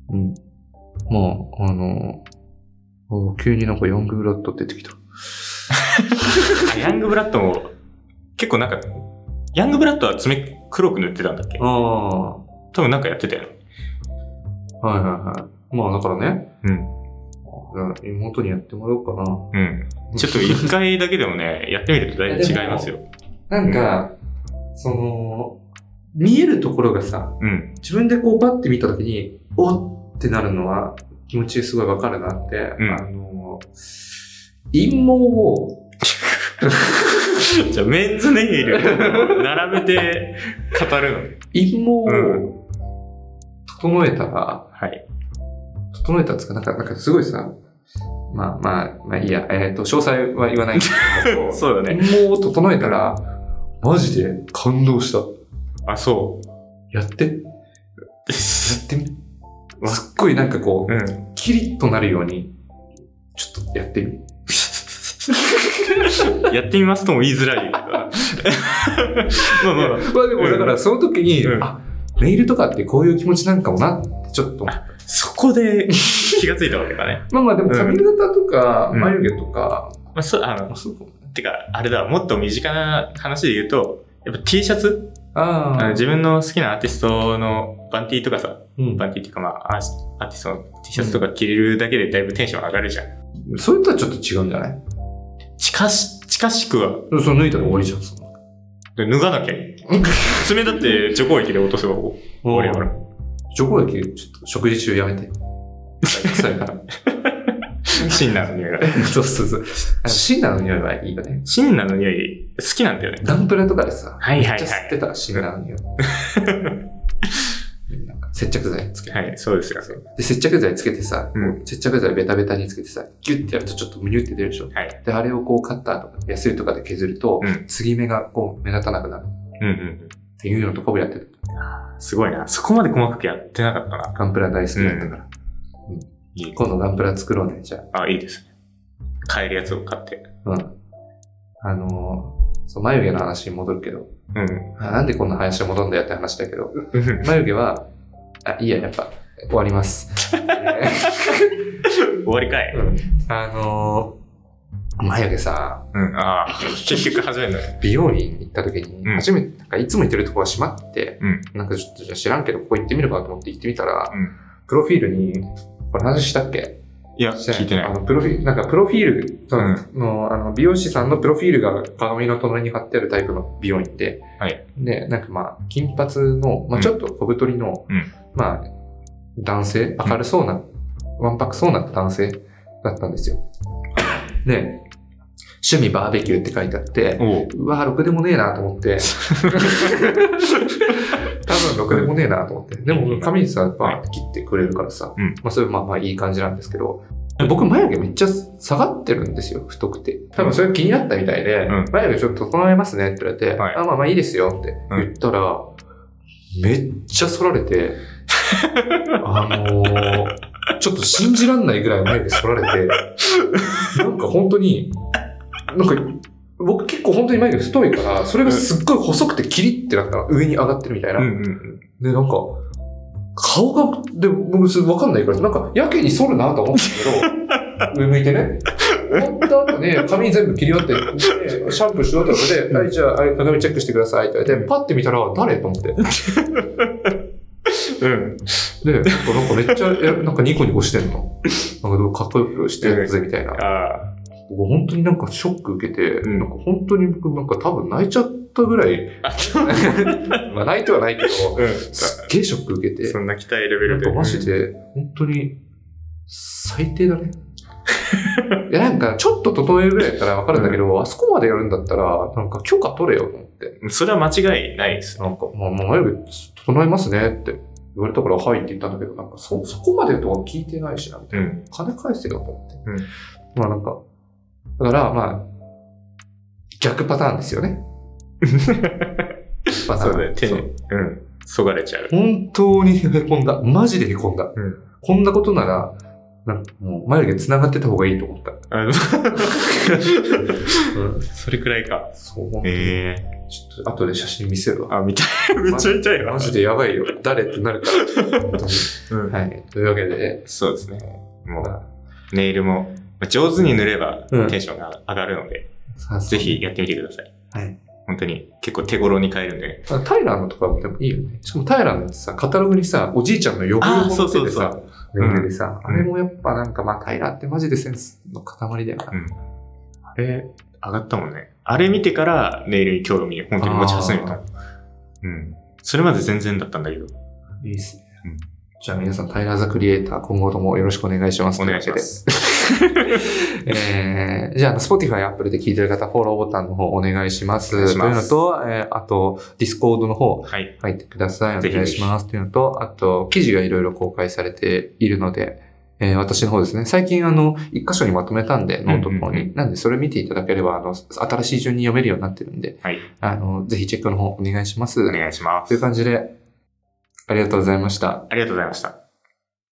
S3: うん。まあ、あの、あ急になんかヤングブラッド出てきた。
S2: ヤングブラッドも、結構なんか、ヤングブラッドは爪黒く塗ってたんだっけ
S3: ああ。
S2: 多分なんかやってたよね。
S3: はいはいはい。まあだからね、
S2: うん。
S3: うん妹にやってもらおうかな。
S2: うん。ちょっと一回だけでもね、やってみるとだいぶ違いますよ。
S3: なんか、その、見えるところがさ、
S2: うん。
S3: 自分でこうパッて見たときに、おっってなるのは気持ちすごいわかるなって、
S2: うん
S3: あの、陰謀を、
S2: じゃあ、メンズネイル、並べて語るのね。
S3: 陰謀
S2: う
S3: を整えたら、
S2: はい。
S3: 整えたんですかなんか、なんかすごいさ、まあまあ、まあいいや、えっ、と、詳細は言わないんです けど、
S2: そうだね。
S3: 陰謀を整えたら、マジで感動した。
S2: あ、そ
S3: やって。
S2: う。
S3: やってみ
S2: わ
S3: すっごいなんかこ
S2: うん。
S3: う、キリッとなるように、ちょっとやってみ。
S2: やってみますとも言いづらい。まあまあまあ、
S3: まあでもだからその時に、
S2: うん
S3: あ、ネイルとかってこういう気持ちなんかもな、ちょっと。
S2: そこで気がついたわけだね。
S3: まあまあでも
S2: うん
S3: 髪型とか、
S2: うん
S3: 眉毛とか、
S2: まあ、そう、あの、
S3: あそうかもね。
S2: てか、あれだわ、もっと身近な話で言うと、やっぱ T シャツ、
S3: あ
S2: あの
S3: あ、
S2: 自分の好きなアーティストのバンティーとかさ、
S3: うん
S2: バンティーっていうかまあ、アーアーティストの T シャツとか着れるだけでだいぶテンション上がるじゃん。
S3: それとはちょっと違うんじゃない
S2: 近し、近しくは、
S3: それ脱いだら終わりじゃん、そんな
S2: で脱がなきゃ。爪だって除光液で落とせば終わりやから。
S3: 除光液、ちょっと食事中 やめて。臭いから。
S2: シンナーの匂いが。
S3: そうそうそう。あのシンナーの匂いはいいよね。
S2: シンナーの匂い好きなんだよね。
S3: ガンプラとかでさ、
S2: はいはいはい
S3: めっちゃ吸ってた、シンナーの 匂い。なんか接着剤つけて、
S2: はい、そうですよ。
S3: で、接着剤つけてさ、
S2: うん
S3: 接着剤ベタベタにつけてさ、ギュッてやるとちょっとムニュって出るでしょ。
S2: はい。
S3: で、あれをこうカッターとか、ヤスリとかで削ると、
S2: うん
S3: 継ぎ目がこう目立たなくなる
S2: うんうん
S3: っていうのとかをやってた。
S2: うん。すごいな。そこまで細かくやってなかったな。
S3: ガンプラ大好きだったから。
S2: いい
S3: 今度ガンプラ作ろうね、じゃ
S2: あ、いいですね。買えるやつを買って。
S3: あ。うん。あのー、そう、眉毛の話に戻るけど、
S2: うん。
S3: あなんでこんな話に戻んだよって話だけど、
S2: うん
S3: 眉毛は、あ、いいや、やっぱ、終わります。えー
S2: 終わりかい。
S3: あの眉毛さ、
S2: うん、ああ、結局始めるのね。
S3: 美容院に行った時に、
S2: うん
S3: 初めて、なんかいつも行ってるとこは閉まって、
S2: うん
S3: なんかちょっとじゃあ知らんけど、ここ行ってみるかと思って行ってみたら、
S2: うん
S3: プロフィールに、これ話したっけ
S2: いや、聞いてな
S3: あ
S2: い。
S3: の、プロフィール、なんかプロフィールその、のあの、美容師さんのプロフィールが鏡の隣に貼ってあるタイプの美容院で、
S2: はい
S3: で、なんかまあ、金髪の、
S2: う
S3: まあ
S2: ん
S3: ちょっと小太りの、
S2: うん
S3: まあ、男性、明るそうな、わんぱくそうな男性だったんですよ。で、趣味バーベキューって書いてあって、
S2: おう。
S3: うわぁ、ろくでもねえなと 思って。多分、ろくでもねえなと思って。でも、髪にさ、バーって切ってくれるからさ。
S2: うん
S3: まあ、それまあまあいい感じなんですけど。僕、眉毛めっちゃ下がってるんですよ、太くて。多分、それ気になったみたいで、
S2: うん
S3: 眉毛ちょっと整えますねって言われて、
S2: はい
S3: あ、まあまあいいですよって
S2: うん
S3: 言ったら、めっちゃ剃られて、 あのー、ちょっと信じらんないぐらい眉毛剃られて、なんか本当に、なんか、僕結構本当に眉毛太いから、それがすっごい細くてキリってなんか上に上がってるみたいな。
S2: うんうんうん。
S3: で、なんか、顔が、で、僕それわかんないから、なんか、やけに反るなと思った けど、上向いてね。終わった後に髪全部切り終わって、でシャンプーし終わった後で、はい、じゃあ、あれ鏡チェックしてくださいって言われて、パッて見たら、誰と 思って。
S2: うん。
S3: で、なんかなんかめっちゃ、えなんかニコニコしてんの。なんかどうかっこよくしてるぜ、みたいな。
S2: あ
S3: 僕本当になんかショック受けて、
S2: うん
S3: なんか本当に僕なんか多分泣いちゃったぐらい、 まあ泣いてはないけ
S2: あ。
S3: ど、
S2: うん。
S3: すっげえショック受けて
S2: そ、んな期待レベ
S3: な
S2: ル
S3: ん
S2: で。
S3: かマジで本当に最低だね。いやなんかちょっと整えるぐらいだったらわかるんだけど、あそこまでやるんだったら、なんか許可取れよと思って。
S2: うん。それは間違いないですね。
S3: なんか、まあ、まあ、眉毛整えますねって言われたから、はいって言ったんだけど、なんかそ、そこまでとは聞いてないしな、みたいな
S2: うん。
S3: 金返せよと思って。
S2: うん
S3: まあなんか、だからまあ、逆パターンです よね。パター
S2: そ
S3: ン
S2: うだよ。手
S3: そ
S2: に
S3: う。
S2: うん。そがれちゃう。
S3: 本当にへこんだ。マジでへこんだ。
S2: うん
S3: こんなことなら、なんかもう眉毛繋がってた方がいいと思った。
S2: あ
S3: うん、
S2: それくらいか。
S3: そう思って。
S2: ええ。
S3: ちょっと後で写真見せるわ。
S2: あ、見たい。 めっちゃ痛いわ。
S3: マジでやばいよ。誰ってなるから。本当に
S2: うん。
S3: はい。というわけで、
S2: そうですね。も
S3: まあ
S2: う、ネイルも、まあ上手に塗れば
S3: うん
S2: テンションが上がるので、
S3: さあ
S2: ぜひやってみてください。
S3: はい。
S2: 本当に、結構手頃に買えるんで。
S3: あタイラーのとかもでもいいよね。しかもタイラーのやつさ、カタログにさ、おじいちゃんの予防
S2: あー
S3: を持って
S2: そうそう
S3: て
S2: そ
S3: さ
S2: う、
S3: メールでさ、
S2: うん
S3: あれもやっぱなんかまあタイラーってマジでセンスの塊だよな。
S2: うん。あれ、上がったもんね。あれ見てからネイルに興味、本当に持ち始めた。うん。それまで全然だったんだけど、
S3: いいっすね
S2: うん。
S3: じゃあ皆さん、タイラーザクリエイター、今後ともよろしくお願いします。
S2: お願いします。
S3: というわけで。えー、じゃああの、Spotify、Apple で聞いてる方、フォローボタンの方お願いします。
S2: お願いします
S3: というのと、えー、あと、Discord の方、
S2: はい。
S3: 入ってください。お
S2: ぜひぜ
S3: 願い
S2: ひ
S3: します。というのと、あと、記事がいろいろ公開されているので、えー私の方ですね。最近、あの、一箇所にまとめたんで、ノートの方に。
S2: うんうん
S3: なんで、それ見ていただければ、あの、新しい順に読めるようになってるんで、
S2: はい。
S3: あの、ぜひチェックの方お願いします。
S2: お願いしま
S3: という
S2: す。
S3: 感じで、ありがとうございました。
S2: ありがとうございました。